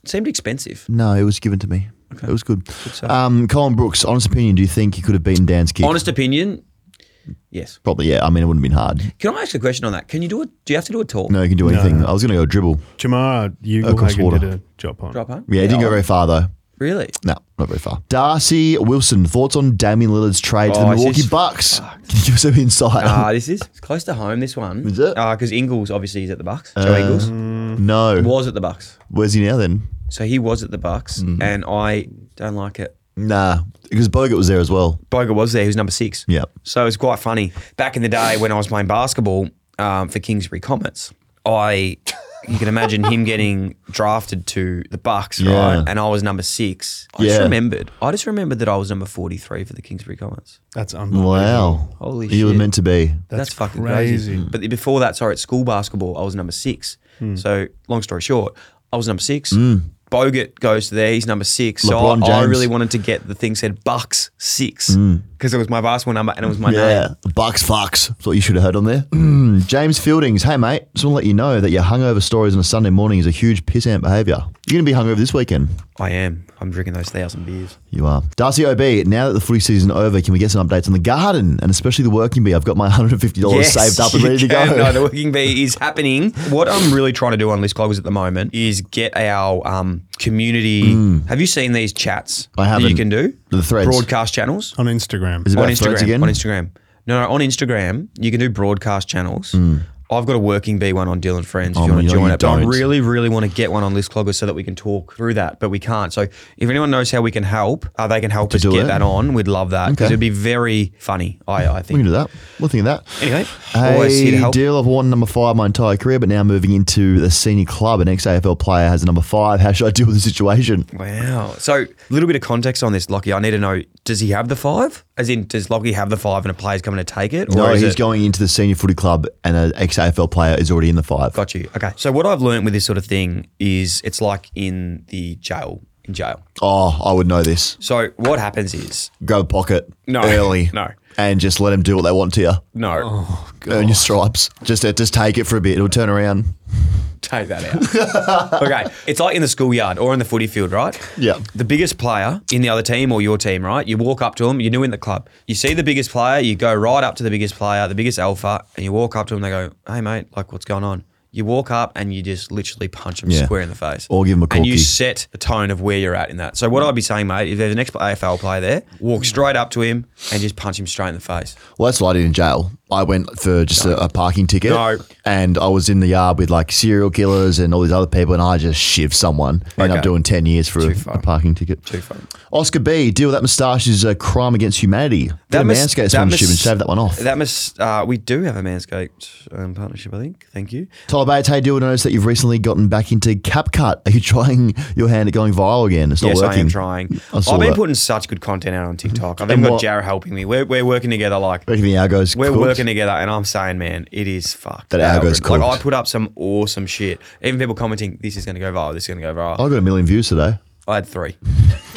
It seemed expensive.
No, it was given to me. It was good. um, Colin Brooks, honest opinion, do you think he could have beaten Dan's kick?
Honest opinion, yes.
Probably, yeah. I mean, it wouldn't have been hard.
Can I ask a question on that? Can you do it? Do you have to do a talk?
No, you can do anything. I was going to go dribble.
Jamara, you
Across water.
did a job on.
Drop home?
Yeah, he didn't
I-
go very far though.
Really?
No, not very far. Darcy Wilson, thoughts on Damian Lillard's trade to
Oh,
the
this
Milwaukee
is
Bucks? Can you give us some insight?
Ah, this is it's close to home. This one
Is it? Um,
Because Ingles obviously is at the Bucks. Joe Ingles
no.
was at the Bucks,
Where's he now then?
so he was at the Bucks,
Mm-hmm.
and I don't like it.
Nah, because Bogut was there as well.
Boga was there, who's number six.
Yeah.
So it's quite funny. Back in the day when I was playing basketball um, for Kingsbury Comets, I you can imagine him getting drafted to the Bucks,
Yeah.
right? And I was number six. I
Yeah.
just remembered. I just remembered that I was number forty three for the Kingsbury Comets.
That's unbelievable.
Wow.
Holy
You were
shit.
meant to be.
That's,
That's
fucking crazy.
crazy.
Hmm.
But before that, sorry, at school basketball, I was number six. So long story short, I was number six. Bogut goes to there. He's number six.
Hmm.
so
LeBron
I, I
James. Hmm.
really wanted to get the thing said Bucks six because it was my basketball number and it was my name.
Yeah, Bucks fucks. That's what you should have heard on there. Mm, James Fieldings, hey mate, just want to let you know that your hungover stories on a Sunday morning is a huge pissant behaviour. You're going to be hungover this weekend.
I am. I'm drinking those thousand beers.
You are. Darcy OB, now that the footy season over, can we get some updates on the garden and especially the working bee? I've got my $150 saved up and
you
ready to
can.
go.
No, the working bee is happening. What I'm really trying to do on List Cloggers at the moment is get our um, community. Have you seen these chats
Mm. I
that
haven't.
you can do?
The threads.
Broadcast channels.
On Instagram.
Is it
on
about threats
Instagram.
again?
On Instagram. No, no, on Instagram, you can do broadcast channels. I've got a working B one on Dylan Friends if
Hmm. Oh,
you want
no,
to join
you
it. But I
don't.
really, really want to get one on List Cloggers so that we can talk through that, but we can't. So if anyone knows how we can help, uh, they can help us
do
get
it.
that on. We'd love that because
Okay.
it'd be very funny, I, I
we can
think.
do that. We'll think of that.
Anyway, always here to
Hey,
help.
deal. I've worn number five my entire career, but now moving into the senior club. An ex AFL player has a number five. How should I deal with the situation?
Wow. So a little bit of context on this, Lockie. I need to know, does he have the five? As in, does Lockie have the five and a player's coming to take it?
No,
is
he's
it-
going into the senior footy club, and an ex AFL player is already in the five.
Got you. Okay. So what I've learned with this sort of thing is it's like in the jail. In jail.
Oh, I would know this.
So what happens is
Grab a pocket
No,
early,
no.
and just let them do what they want to you.
no,
Earn your stripes. Just uh, just take it for a bit. It'll turn around.
take that out. okay, it's like in the schoolyard or in the footy field, right?
Yeah.
The biggest player in the other team or your team, right? You walk up to them. You're new in the club. You see the biggest player. You go right up to the biggest player, the biggest alpha, and you walk up to them. They go, "Hey, mate, like what's going on?" You walk up and you just literally punch them
Yeah.
square in the face,
Or give 'em a
And you
corky.
set the tone of where you're at in that. So what I'd be saying, mate, if there's an ex AFL player there, walk straight up to him and just punch him straight in the face.
Well, that's what I did in jail. I went for just a, a parking ticket,
No.
and I was in the yard with like serial killers and all these other people, and I just shivved someone. Ended
Okay.
up doing ten years for a,
far.
a parking ticket.
Too fun.
Oscar B, deal with that moustache is a crime against humanity. That
mis-
Manscaped
that
sponsorship
mis-
and shave that one off.
That must. Uh, we do have a Manscaped um, partnership, I think. Thank you.
Tyler Bates, hey, do I notice that you've recently gotten back into CapCut? Are you trying your hand at going viral again? It's not
yes,
working.
I am trying.
I
I've
saw
been
that.
putting such good content out on TikTok. I've even
And
got
what-
Jarrah helping me. We're, we're working together like.
Reckon the algo's
We're
cooked?
working together, and I'm saying, man, it is fucked.
That algo's
algorithm. Like,
cooked.
I put up some awesome shit. Even people commenting, this is going to go viral, this is going to go viral.
I got a million views today.
I had three.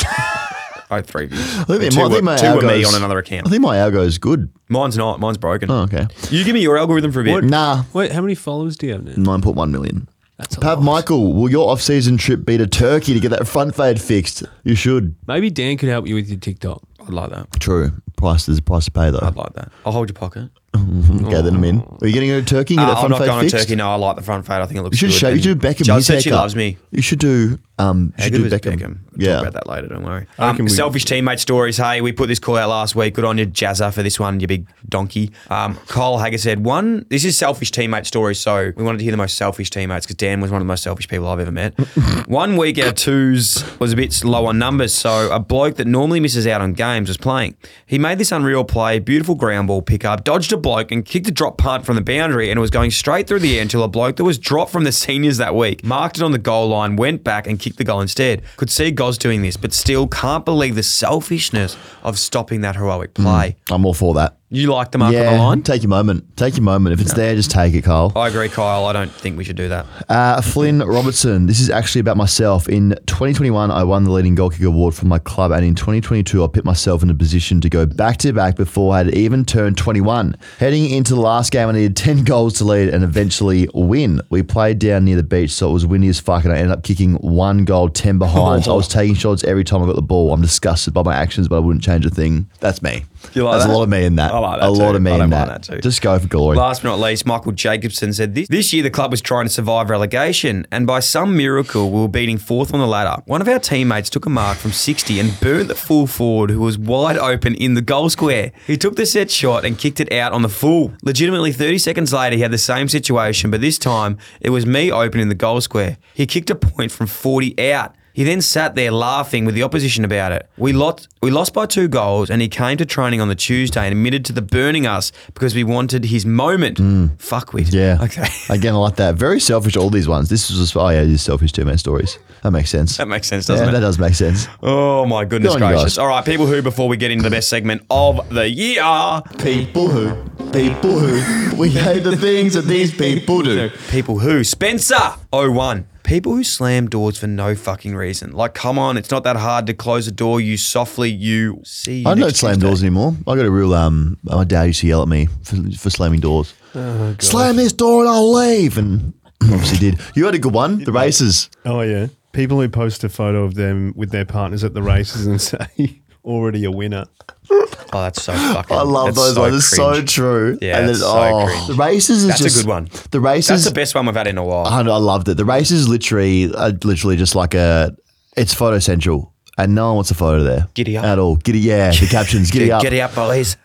I had three views.
I think,
two
my, I think
were,
my
two were me
algo's-
on another
I
account.
think my algo's good.
Mine's not. Mine's broken.
Oh, okay.
You give me your algorithm for a bit.
Nah,
Wait, how many followers do you have
Mm.
now?
9.1 million.
That's a
Pav
lot.
Michael, will your off-season trip be to Turkey to get that front fade fixed? You should.
Maybe Dan could help you with your TikTok.
I'd like that.
True. Price there's a price to pay though.
I'd like that. I'll hold your pocket.
okay, then I'm in. Are you going to go to Turkey and get
Uh,
that
I'm
front
not
fade
going
fixed?
to Turkey. No, I like the front fade. I think it looks
You should
good.
show. You
And
should do Beckham.
Judge
He's
said she
haircut.
loves me.
You should do. Um, you
How
should
good
do
was
Beckham.
Beckham? We'll
Yeah.
Talk about that later. Don't worry.
reckon
Um,
we-
selfish teammate stories. Hey, we put this call out last week. Good on you, Jazza, for this one. You big donkey. Um, Kyle Hager said one. This is selfish teammate stories. So we wanted to hear the most selfish teammates because Dan was one of the most selfish people I've ever met. one week our twos was a bit low on numbers, so a bloke that normally misses out on games was playing. He made this unreal play, beautiful ground ball pickup, dodged a bloke and kicked a drop punt from the boundary, and it was going straight through the air until a bloke that was dropped from the seniors that week marked it on the goal line, went back and kicked the goal instead. Could see Goz doing this, but still can't believe the selfishness of stopping that heroic play.
I'm all for that.
You like the mark on the
Hmm. Yeah.
line?
Take your moment. Take your moment. If it's there, just take it, Carl.
I agree, Kyle. I don't think we should do that.
Uh, Flynn Robertson, this is actually about myself. In 2021, I won the leading goal kick award for my club, and in 2022, I put myself in a position to go back to back before I had even turned 21. Heading into the last game, I needed 10 goals to lead and eventually win. We played down near the beach, so it was windy as fuck, and I ended up kicking one goal, 10 behind. So I was taking shots every time I got the ball. I'm disgusted by my actions, but I wouldn't change a thing. That's me.
You like
There's
that?
a lot of me in that.
I like that
A lot
too.
of me
I
in
don't
that.
mind that too.
Just go for glory.
Last but not least, Michael Jacobson said this. This year, the club was trying to survive relegation, and by some miracle, we were beating fourth on the ladder. One of our teammates took a mark from 60 and burnt the full forward who was wide open in the goal square. He took the set shot and kicked it out on the full. Legitimately, 30 seconds later, he had the same situation, but this time, it was me open in the goal square. He kicked a point from 40 out. He then sat there laughing with the opposition about it. We lost, we lost by two goals, and he came to training on the Tuesday and admitted to the burning us because we wanted his moment. Fuck with.
Hmm. Yeah.
Okay.
Again, I like that. Very selfish. All these ones. This was. Oh yeah, these selfish two man stories. That makes sense.
That makes sense,
yeah,
doesn't
that
it?
does make sense.
Oh my goodness
Go on, you
gracious!
guys.
All right, people who before we get into the best segment of the year,
People who, people who, we hate the things that these people do.
people who Spencer 01. People who slam doors for no fucking reason. Like, come on, it's not that hard to close a door. You softly, you see. You
I don't
next
slam
Tuesday.
doors anymore. I got a real um. My dad used to yell at me for, for slamming doors. slam this door and I'll leave. And obviously did. You had a good one. The races.
Oh yeah, people who post a photo of them with their partners at the races and say already a winner.
Oh, that's so fucking.
I love
that's
those
so
ones. It's so
cringe.
true.
Yeah,
And
it's
then-
so
oh,
cringe.
the races is
That's a
just
good one.
The races.
That's the best one we've had in a while.
I, know, I loved it. The race is literally, uh, literally just like a, it's photo central, and no one wants a photo there.
Giddy up.
at all. Giddy, yeah. The captions, giddy up.
Giddy up, boys.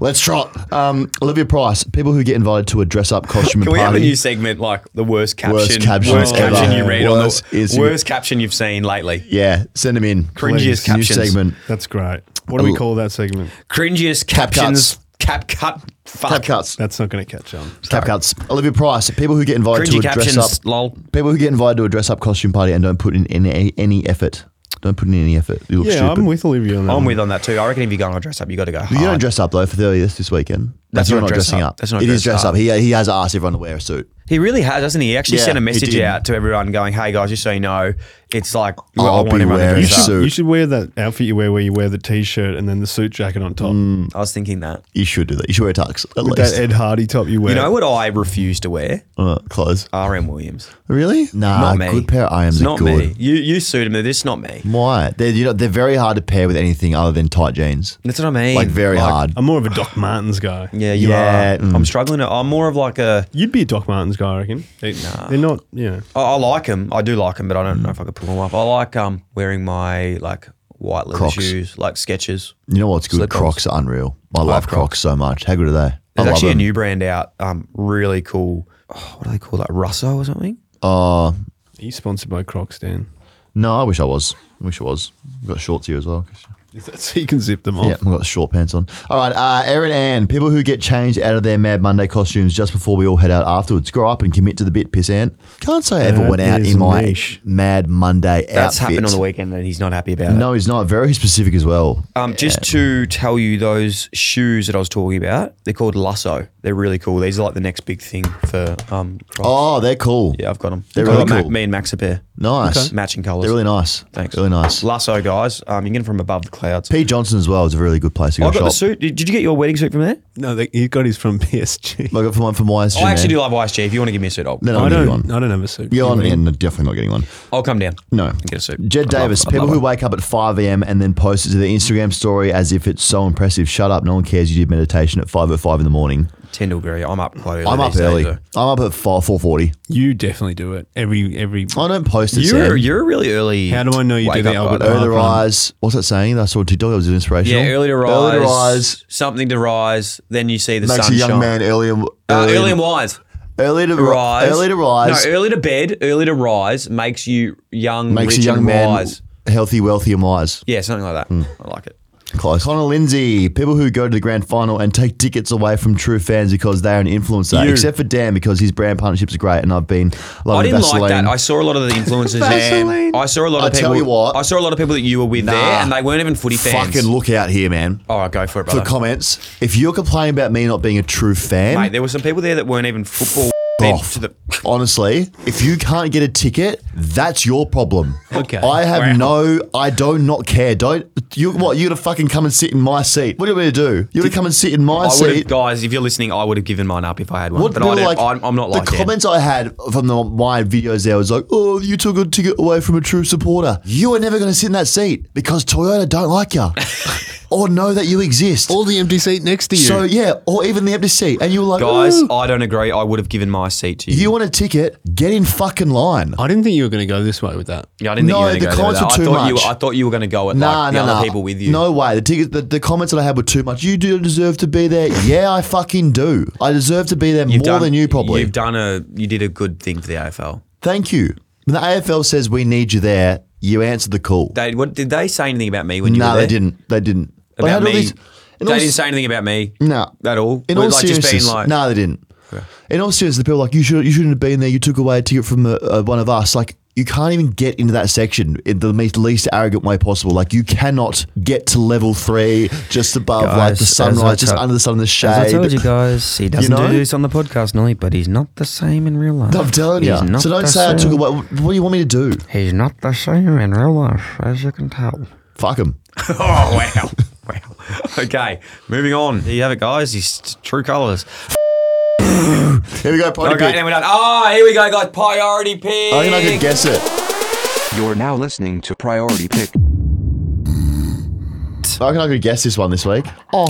Let's trot. Um, Olivia Price. People who get invited to a dress-up costume
Can we have a
party.
new segment like the worst caption?
Worst caption
worst
ever.
caption you read
Worst
on the
is-
worst caption you've seen lately.
yeah, send them in.
Cringiest
New
captions.
segment.
That's great. What do we call that segment?
Cringiest
Cap
captions. Cap cut. Fuck.
Cap cuts.
That's not going to catch on.
Cap cuts. Olivia Price. People who get invited
Cringy
to a
captions.
dress-up.
Lol.
People who get invited to a dress-up costume party and don't put in any, any effort. Don't put in any effort. You look
Yeah,
stupid.
I'm with Olivia on that.
I'm
one.
with on that too. I reckon if you're going to dress up, you got to go. Hard.
You don't dress up though for the this this weekend.
That's
You're
not dress up. That's not
It is
dress
dress
up.
up. He he has asked everyone to wear a suit.
he really has, doesn't he? He actually
Yeah,
sent a
he
message
did.
out to everyone going, "Hey guys, just so you know, it's like I
I'll
want
be
everyone to
wearing
You
dress
a
up."
suit.
should, you should wear that outfit you wear where you wear the t-shirt and then the suit jacket on top.
I was thinking that.
You should do that. You should wear a tux at
With
least.
that Ed Hardy top you wear.
You know what I refuse to wear?
uh, clothes.
RM Williams.
Really? Nah.
not me.
Good pair of
It's
irons are
not me.
good.
You you suit him. This is not me.
Why? They're you know they're very hard to pair with anything other than tight jeans.
That's what I mean.
Like very hard.
I'm more of a Doc Martens guy.
Yeah, you
Yeah,
are.
mm.
I'm struggling. To, I'm more of like a.
You'd be a Doc Martens guy, I reckon. They, They're not, you know.
I, I like them. I do like them, but I don't know if I could pull them off. I like um wearing my like white leather
Crocs.
shoes, like Skechers.
You know what's good?
Slip-ons.
Crocs are unreal. I love
Crocs.
Crocs so much. How good are they?
There's
I love
actually a
them.
new brand out. Um, really cool. Oh, what do they call that? Russo or something?
Uh,
Are you sponsored by Crocs, Dan?
no, I wish I was. I wish I was. I've got shorts here as well.
Is that so you can zip
Oh.
them off?
Yeah, I've got short pants on. All right, uh, Erin Ann, people who get changed out of their Mad Monday costumes just before we all head out afterwards. Grow up and commit to the bit, piss ant. Can't say I ever
That
went out
is
in my
niche.
Mad Monday
That's
outfit.
happened on the weekend, and he's not happy about it.
No, he's not. Very specific as well.
Um, just to tell you, those shoes that I was talking about, they're called Lasso. They're really cool. These are like the next big thing for um. Crocs.
Oh, they're cool.
yeah, I've got them.
They're really cool.
me and Max a pair.
Nice.
matching colors.
They're really nice.
Thanks.
Really nice.
Lasso guys, um, you can get them from above the clouds.
Pete Johnson as well is a really good place to go
I got
shop.
the suit. Did, did you get your wedding suit from there?
No, they, he got his from PSG.
I got from one from YSG.
Oh, I actually do
man.
love YSG. If you want to give me a suit, I'll,
Then I'll
I
give you
don't,
one.
I don't have a suit.
You're on, and definitely not getting one.
I'll come down.
No.
And get a suit.
Jed
I'd love-
Davis,
I'd
people
love
who
it.
wake up at 5 a.m. and then post it to their Instagram story as if it's so impressive. Shut up. No one cares you did meditation at 5.05 in the morning.
tend to agree. I'm up quite early.
I'm up
these days,
early.
though.
I'm up at 4, 4.40.
You definitely do it. Every, every.
I don't post it,
You're
Sam.
you're a really early.
How do I know you do
wake
the
up
Albert
guy.
Early to
Park run.
rise. What's that saying? That I saw on TikTok. That was inspirational.
Yeah, early to rise.
Early to rise.
Something to rise. Then you see the
Makes
sun
a young
shine.
man early, and-
Uh,
early,
early and wise.
early to
Rise.
rise. Early to rise.
No, early to bed. Early to rise makes you young.
makes a
rich
young
and
man Hmm.
wise.
healthy, wealthy, and wise.
Yeah, something like that. I like it.
Close. Connor Lindsay, people who go to the grand final and take tickets away from true fans because they are an influencer,
You.
except for Dan because his brand partnerships are great and I've been loving
I didn't like that.
Vaseline.
I saw a lot of the influencers.
Vaseline.
there. I saw a lot of
I
people.
tell you what.
I saw a lot of people that you were with there,
Nah.
and they weren't even footy fans.
Fucking look out here, man.
All right, go for it,
For
brother.
comments, if you're complaining about me not being a true fan,
Mate, there were some people there that weren't even football. fans
off.
To the
Honestly, if you can't get a ticket, that's your problem.
Okay.
I have no. I don't not care. Don't you? What you gonna fucking come and sit in my seat? What do you want me to do? You gonna come and sit in my
I would have,
seat?
guys, if you're listening, I would have given mine up if I had one.
What
but
were,
I don't,
like,
I'm, I'm not
the
like that.
comments I had from the, my videos. There was like, "Oh, you took a ticket away from a true supporter. You are never going to sit in that seat because Toyota don't like you, or know that you exist."
All the empty seat next to you.
so yeah, or even the empty seat, and you were like,
Guys,
"Ooh,
I don't agree. I would have given my seat to you.
you want a ticket? Get in fucking line."
I didn't think you were going to go this way with that.
yeah, I didn't think you
No,
were going
the
to go
comments
there.
were
I
too
thought you.
much.
I thought you were going to go at
Nah,
like,
nah,
the other
nah.
people with you.
No way. The, ticket, the, the comments that I had were too much. You do deserve to be there. Yeah, I fucking do. I deserve to be there
You've
more
done-
than you probably.
You've done a. You did a good thing for the AFL.
Thank you. When the AFL says we need you there, you answer the call.
They what did they say anything about me when you
no,
were there?
they didn't. They didn't. But
About
I had all
me.
these-
they
in all
didn't
s-
say anything about me.
No.
at all.
In
We're,
all
like
seriousness,
just being like,
no, they didn't. In all seriousness, the people were like you should you shouldn't have been there. You took away a ticket from uh, uh, one of us. Like you can't even get into that section in the most least arrogant way possible. Like you cannot get to level three, just above like
Guys,
the
as I
sunrise, just
to-
under the sun, in the shade.
As I told you guys, he doesn't
know?
do this on the podcast normally, but he's not the same in real life.
I'm telling you.
He's not
So don't
the
say I
same.
took away. What do you want me to do?
He's not the same in real life, as you can tell.
Fuck him.
Oh wow, wow. Okay, moving on. There you have it, guys. He's t- true colours.
Here we go. Party
Okay,
okay,
now we're done. Ah, here we go, guys. Priority pick.
I think I could guess it.
You're now listening to Priority Pick.
I reckon I could guess this one this week. Oh,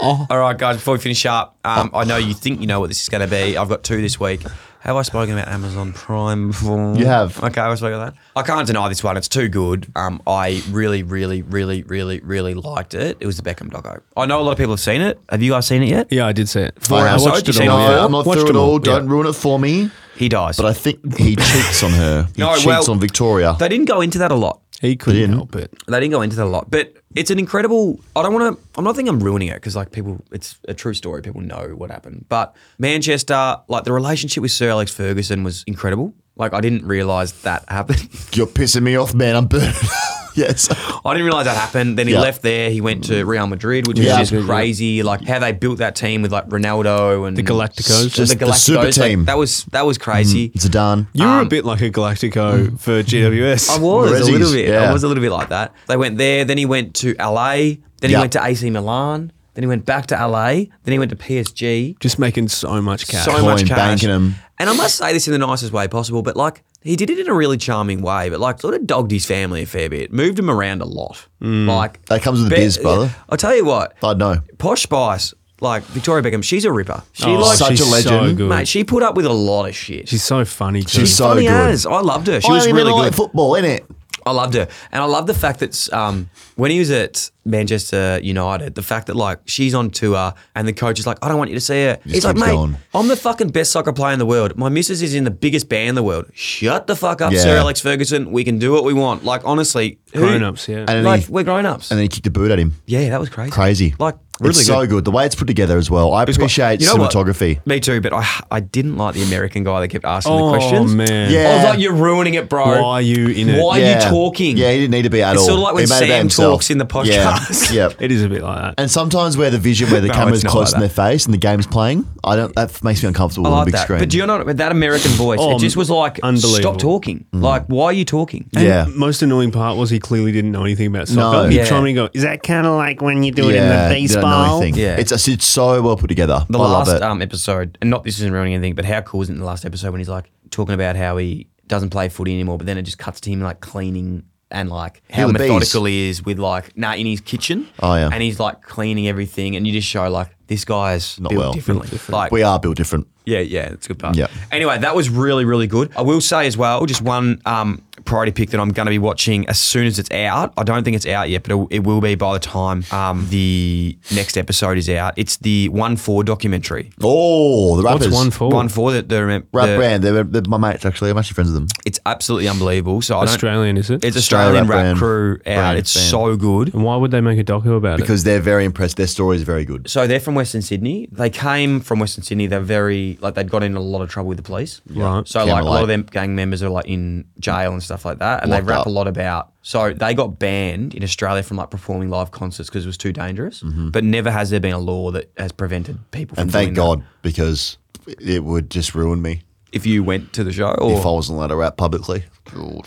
All right, guys. Before we finish up, um, I know you think you know what this is going to be. I've got two this week. Have I spoken about Amazon Prime before?
You have.
Okay, I spoke about that. I can't deny this one. It's too good. Um, I really, really, really, really, really liked it. It was the Beckham doco. I know a lot of people have seen it. Have you guys seen it yet?
Yeah, I did say it.
Four
I
hours.
haven't.
Watched it
no,
all, yeah.
I'm not
Watched
through it
them all,
all. Don't ruin it for me.
He dies.
But I think he cheats on her. He
No,
cheats
well-
on Victoria.
they didn't go into that a lot.
He couldn't
Didn't.
help it.
They didn't go into that a lot, but it's an incredible. I don't want to. I'm not thinking I'm ruining it because like people, it's a true story. People know what happened. But Manchester, like the relationship with Sir Alex Ferguson was incredible. Like I didn't realize that happened.
You're pissing me off, man. I'm burning. yes.
I didn't realize that happened. Then he
Yeah.
left there. He went to Real Madrid, which
Yeah.
is just crazy. Like how they built that team with like Ronaldo and the
Galacticos.
Just the super team. Mm-hmm.
that was that was crazy.
It's a done.
You were a bit like a Galactico for GWS.
I was
Rezzies,
a little bit.
yeah.
I was a little bit like that. They went there. Then he went to LA. Then he
Yeah.
went to AC Milan. Then he went back to LA. Then he went to PSG.
Just making so much cash.
So
Coin
much cash.
banking 'em.
And I must say this in the nicest way possible, but like he did it in a really charming way, but like sort of dogged his family a fair bit, moved him around a lot.
Mm.
Like
That comes with the biz, brother.
I'll tell you what,
I know.
Posh Spice, like Victoria Beckham, she's a ripper. She like
such
Oh, she's
a legend.
So good.
mate, she put up with a lot of shit.
she's so funny. Too.
She's so
funny
good.
as. I loved her. She was
I
really
like
good.
football, innit?
I loved her, and I love the fact that um, when he was at Manchester United, the fact that like she's on tour and the coach is like, "I don't want you to see her." He's like,
keeps
"Mate,
going.
I'm the fucking best soccer player in the world. My missus is in the biggest band in the world. Shut the fuck up,
Yeah.
Sir Alex Ferguson. We can do what we want. Like honestly, who-
grown ups, yeah.
And then,
Like
he,
we're grown ups.
and then he kicked a boot at him.
Yeah, that was crazy.
Crazy.
Like really
it's so good. The way it's put together as well. I
Well,
appreciate
you know what?
cinematography.
Me too, but I I didn't like the American guy that kept asking
oh,
the questions.
man.
Yeah.
I was like, "You're ruining it, bro.
Why are you in it?
Why
Yeah.
are you talking?
Yeah, he didn't need to be at
It's
all.
sort of like when
He made it about
Sam
himself.
talks in the podcast.
Yeah. yeah.
It is a bit like that.
And sometimes where the vision where the
No,
camera's
it's not
close
like
in their face and the game's playing, I don't. That makes me uncomfortable
I
on
like
a big
that.
screen.
But do you know with that American voice?
Oh,
it just was like,
unbelievable.
stop talking. Like, why are you talking?
Mm. Yeah.
Most annoying part was he clearly didn't know anything about soccer.
No.
He'd
Yeah.
try and go, is that kind of like when you do it
yeah,
in the
they don't know
baseball?
anything.
Yeah.
It's, it's so well put together.
The
I
last
love it.
um, episode, and not this isn't ruining anything, but how cool is it in the last episode when he's like talking about how he doesn't play footy anymore, but then it just cuts to him like cleaning and like how
the bees.
methodical he is with like nah in his kitchen.
Oh, yeah.
and he's like cleaning everything, and you just show like this guy's
Not
built
well.
differently. Like
we are built different.
Yeah, yeah, that's a good part.
Yeah.
Anyway, that was really, really good. I will say as well, just one um, priority pick that I'm going to be watching as soon as it's out. I don't think it's out yet, but it, it will be by the time um, the next episode is out. It's the One Four documentary.
Oh, the
What's
rappers.
one for?
One Four that the, rap
Rap brand. They're, they're my mates, actually. I'm actually friends with them.
It's absolutely unbelievable. So I don't.
Australian, is it?
It's
Australian
Australian rap
brand-
crew out.
brand
it's
fan.
so good.
and why would they make a doco about it?
Because they're very impressed. Their story is very good.
So they're from Western Sydney. They came from Western Sydney. They're very like they'd got in a lot of trouble with the police.
Right.
So
Came
like a lot
alive.
of them gang members are like in jail and stuff like that, and
Locked
they rap
up.
a lot about. So they got banned in Australia from like performing live concerts because it was too dangerous. But never has there been a law that has prevented people from
Mm-hmm. And thank
doing that.
God, because it would just ruin me.
if you went to the show?
If I
Or
wasn't allowed to rap publicly, God.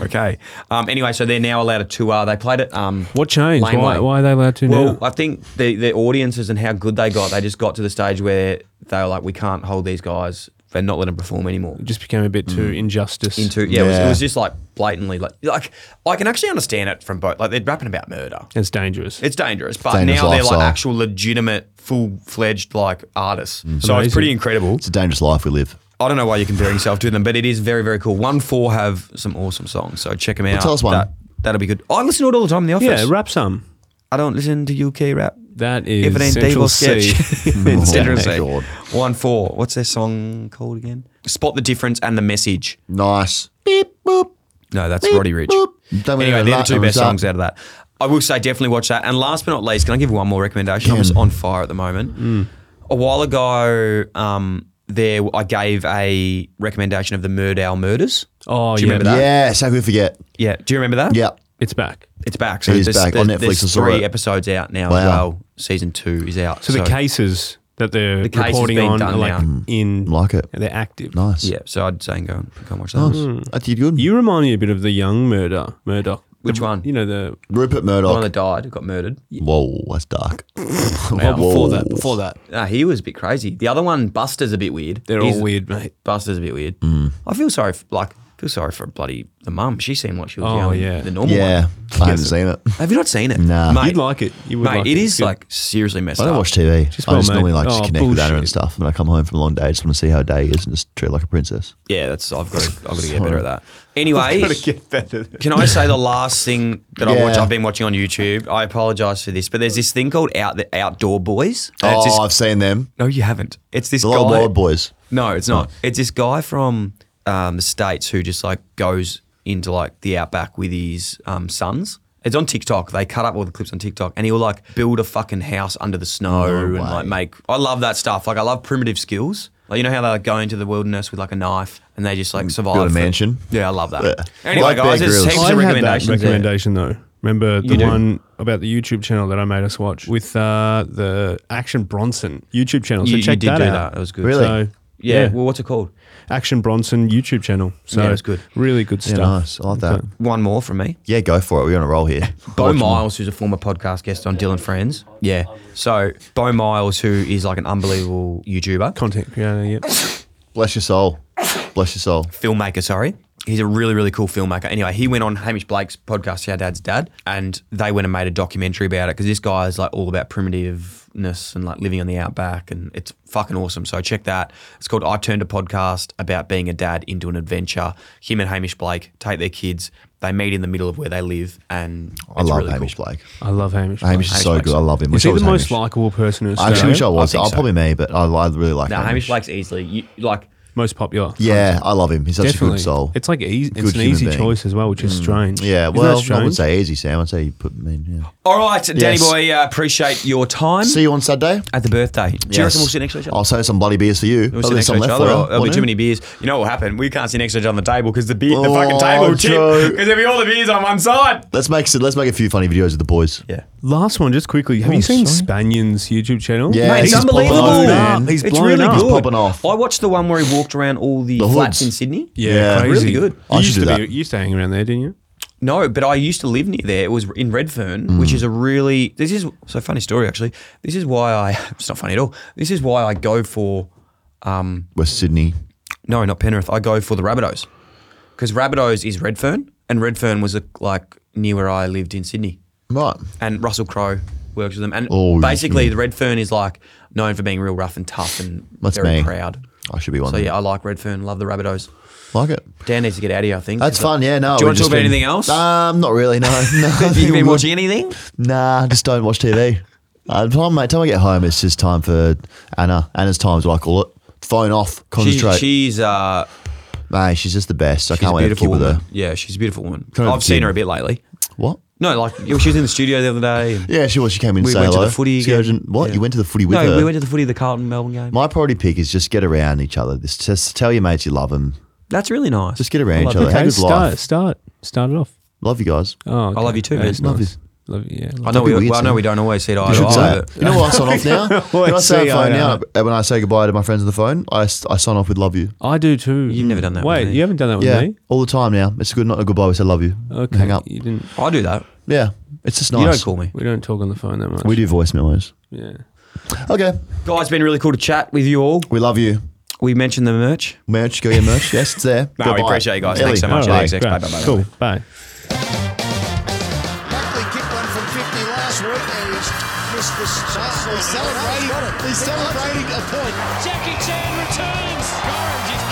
okay. Um, anyway, so they're now allowed a tour. They played it. Um,
What changed? Why,
Laneway.
why are they allowed to
Well,
now?
I think the the audiences and how good they got, they just got to the stage where they were like, we can't hold these guys and not let them perform anymore.
It just became a bit
Mm.
too injustice.
Into yeah, It, was, it
Yeah.
was just like blatantly like like I can actually understand it from both. Like they're rapping about murder.
it's dangerous.
It's dangerous, but
Dangerous
now they're like
lifestyle.
actual legitimate, full fledged like artists.
Mm.
So
Amazing.
it's pretty incredible.
It's a dangerous life we live.
I don't know why you're comparing yourself to them, but it is very very cool. One four have some awesome songs, so check them out.
tell us one.
That, that'll be good. I listen to it all the time in the office.
yeah, rap some.
I don't listen to UK rap.
That is
if it ain't
Central
Dable
C.
Sketch,
Oh,
then Central
my
C.
God.
One four. What's their song called again? Spot the difference and the message.
Nice. Beep boop.
No, that's Roddy Rich.
boop. Don't we
anyway, they're
know
the
that
two best
was that?
songs out of that. I will say definitely watch that. And last but not least, can I give one more recommendation? I'm
Can.
just on fire at the moment.
Mm.
A while ago, um, there I gave a recommendation of the Murdow Murders.
Oh,
Do you
yeah.
remember that?
Yes, how could we forget?
Yeah, do you remember that?
Yeah.
It's back.
it's back. So
It is
there's,
back on
there's-
Netflix, I
There's
saw
three
it.
episode episodes out now as
Wow.
well. Season two is out.
So, the cases that they're
case has
reporting
been
on
done
are like
now.
in.
Mm. Like it.
They're active.
Nice.
yeah. So I'd say go and go and watch that.
Nice. That did good.
You remind me a bit of the young murder, Murdoch.
Which
The-
one?
You know, the.
Rupert
The one
Murdoch.
that died got murdered.
Whoa, that's dark.
Well, before
Whoa.
that. Before that.
Nah, he was a bit crazy. The other one, Buster's a bit weird.
They're
He's-
all weird, Mm. mate.
Buster's a bit weird. I feel sorry, for, like, I feel sorry for bloody the mum. She seemed like she was
Oh,
young.
yeah.
the normal
Yeah,
one.
I haven't seen it.
Have you not seen it?
Nah.
mate,
You'd like it. You would
mate,
like
it
It's
is
good.
like seriously messed
I don't
up.
watch TV.
Oh, Just
I just
well,
normally
mate.
like just
Oh,
connect with Anna and
bullshit.
stuff. And I come home from a long day, I just want to see how a day is and just treat her like a princess.
Yeah, that's I've got to, I've got to get better at that. Anyway, can I say the last thing that I
Yeah.
watch? I've been watching on YouTube. I apologize for this, but there's this thing called out the Outdoor Boys. And it's
oh,
this-
I've seen them.
no, you haven't. It's this
The
guy.
little wild boys.
No, it's not. It's this guy from um, the states who just like goes into like the outback with his um, sons. It's on TikTok. They cut up all the clips on TikTok, and he'll like build a fucking house under the snow and
way.
like make. I love that stuff. Like I love primitive skills. Like you know how they like go into the wilderness with like a knife and they just like survive.
Mm. build a
for-
mansion.
Yeah, I love that.
Yeah.
Anyway,
Like Bear
guys, there's
Grylls.
heaps
I
of
had that
recommendations.
recommend-
there.
recommendation though. Remember the
do.
one about the YouTube channel that I made us watch with uh, the Action Bronson YouTube channel. So
You- you
check
did
that
do
out.
that. It was good.
Really?
So,
Yeah,
yeah.
Well, what's it called?
Action Bronson YouTube channel. So
Yeah, it's good.
Really good
Yeah,
stuff.
nice. I like that.
One more from me.
Yeah, go for it. We're on a roll here.
Bo
Watch them.
Miles, who's a former podcast guest on Dylan Friends. Yeah. So Bo Miles, who is like an unbelievable YouTuber,
Content creator. Yeah.
Bless your soul. Bless your soul.
filmmaker, sorry. He's a really, really cool filmmaker. Anyway, he went on Hamish Blake's podcast, Our Dad's Dad, and they went and made a documentary about it because this guy is like all about primitiveness and like living on the outback, and it's fucking awesome. So check that. It's called I Turned a Podcast about being a dad into an adventure. Him and Hamish Blake take their kids. They meet in the middle of where they live, and
I
it's
love
really
Hamish
cool.
Blake.
I love Hamish.
Hamish is
Hamish
so
Blake's-
good. I love him.
Is
Wish
he
I
the
was
most
Hamish.
likable person in
I
Australia?
actually wish I was.
think
I'll
so.
probably me, but I, I really like
No,
Hamish.
Hamish Blake's easily you, like
Most popular.
Yeah, I love him. He's such
Definitely.
a good soul.
It's like easy,
Good
it's an
human
easy
being. Mm.
choice as well, which is strange.
yeah,
Isn't that
well, I
strange? Hmm.
would say easy, Sam. I'd say you put me in. Yeah.
All right, Danny
Yes.
boy, uh, appreciate your time
See you on Saturday.
at the birthday. Do you
Yes.
reckon we'll sit next to each other?
I'll save some bloody beers for you.
We'll sit
Oh, there's
next to
some
each
left
other.
for
Or
her.
there'll be
Won't
too
there?
many beers. You know what will happen? We can't sit next to each other on the table because the beer, the
Oh,
fucking table will
Joe.
tip because there'll be all the beers on one side.
Let's make let's make a few funny videos with the boys.
Yeah.
Last one, just quickly. Have
Oh,
you seen
sorry.
Spanion's YouTube channel?
Mate,
Yeah, Mate,
it's
he's popping
unbelievable.
off, man.
He's
it's
blowing
really
up.
good.
He's
popping off.
I watched the one where he walked around all the,
The
flats
hoods.
in Sydney.
Yeah,
Yeah.
crazy.
Really good.
I
you
should
used
do
to
that.
Be, you used to hang around there, didn't you?
No, but I used to live near there. It was in Redfern,
Mm.
which is a really this is so funny story actually. This is why I it's not funny at all. This is why I go for um
West Sydney.
No, not Penrith. I go for the Rabbitohs because Rabbitohs is Redfern, and Redfern was like near where I lived in Sydney.
Right.
And Russell Crowe works with them. And
Oh,
basically, the Redfern is like known for being real rough and tough and
That's
very
me.
proud.
I should be one.
So
then.
yeah, I like Redfern. Love the Rabbitohs.
Like it.
Dan needs to get out of here. I think
That's
Is
fun.
that-
Yeah. No.
Do you
we've
want to
just
talk about
been-
anything else?
Um. Not really. No. No. I
Have you
think
been
we're-
watching anything?
Nah. Just don't watch TV. Uh, the time, mate. Time I get home, it's just time for Anna. Anna's time is what I call it. Phone off.
She's,
Concentrate.
she's uh,
mate, she's just the best. I
she's
can't
a
wait to
beautiful
keep with
woman.
her.
Yeah, she's a beautiful woman.
Kind of
I've seen
kid.
her a bit lately.
What?
No, like she was in the studio the other day. and-
Yeah, she was. She came in.
We
to say
went to
hello.
the footy
She
game.
goes, What?
Yeah.
You went to the footy with
no,
her?
we went to the footy of the Carlton Melbourne game.
My priority pick is just get around each other. Just, just tell your mates you love them.
That's really nice.
Just get around
I
each
love
other.
that.
Have a good
start,
life.
start, start it off.
Love you guys.
Oh, okay.
I love you too,
That
man.
is
Love
nice.
you.
Love, yeah.
I know
be
we,
weird,
well, I know
so.
we don't always see it eye to
You should
eye.
say
but-
it. You know what I sign off now? when I say
see
I phone
eye to
now, uh, when I say goodbye to my friends on the phone, I, s- I sign off with love you.
I do too.
You've never done that with
Wait,
me.
you haven't done that with
Yeah,
me.
all the time now. It's good not a goodbye. We say love you.
Okay,
Hang up.
You didn't.
I do that.
Yeah, it's just nice.
You don't call me.
We don't talk on the phone that much.
We do voice memos.
Yeah.
Okay,
Guys, it's been really cool to chat with you all.
we love you.
We mentioned the merch.
Merch, go get merch. Yes, it's there.
No, we
Goodbye.
appreciate you guys.
Ellie.
Thanks so much.
All right,
Thanks, thanks.
great.
Bye, bye, bye,
Cool. Bye.
Buckley kicked one from 50 last week and he's missed the shot. He's celebrating, he's celebrating a point.
Jackie Chan returns. Orange is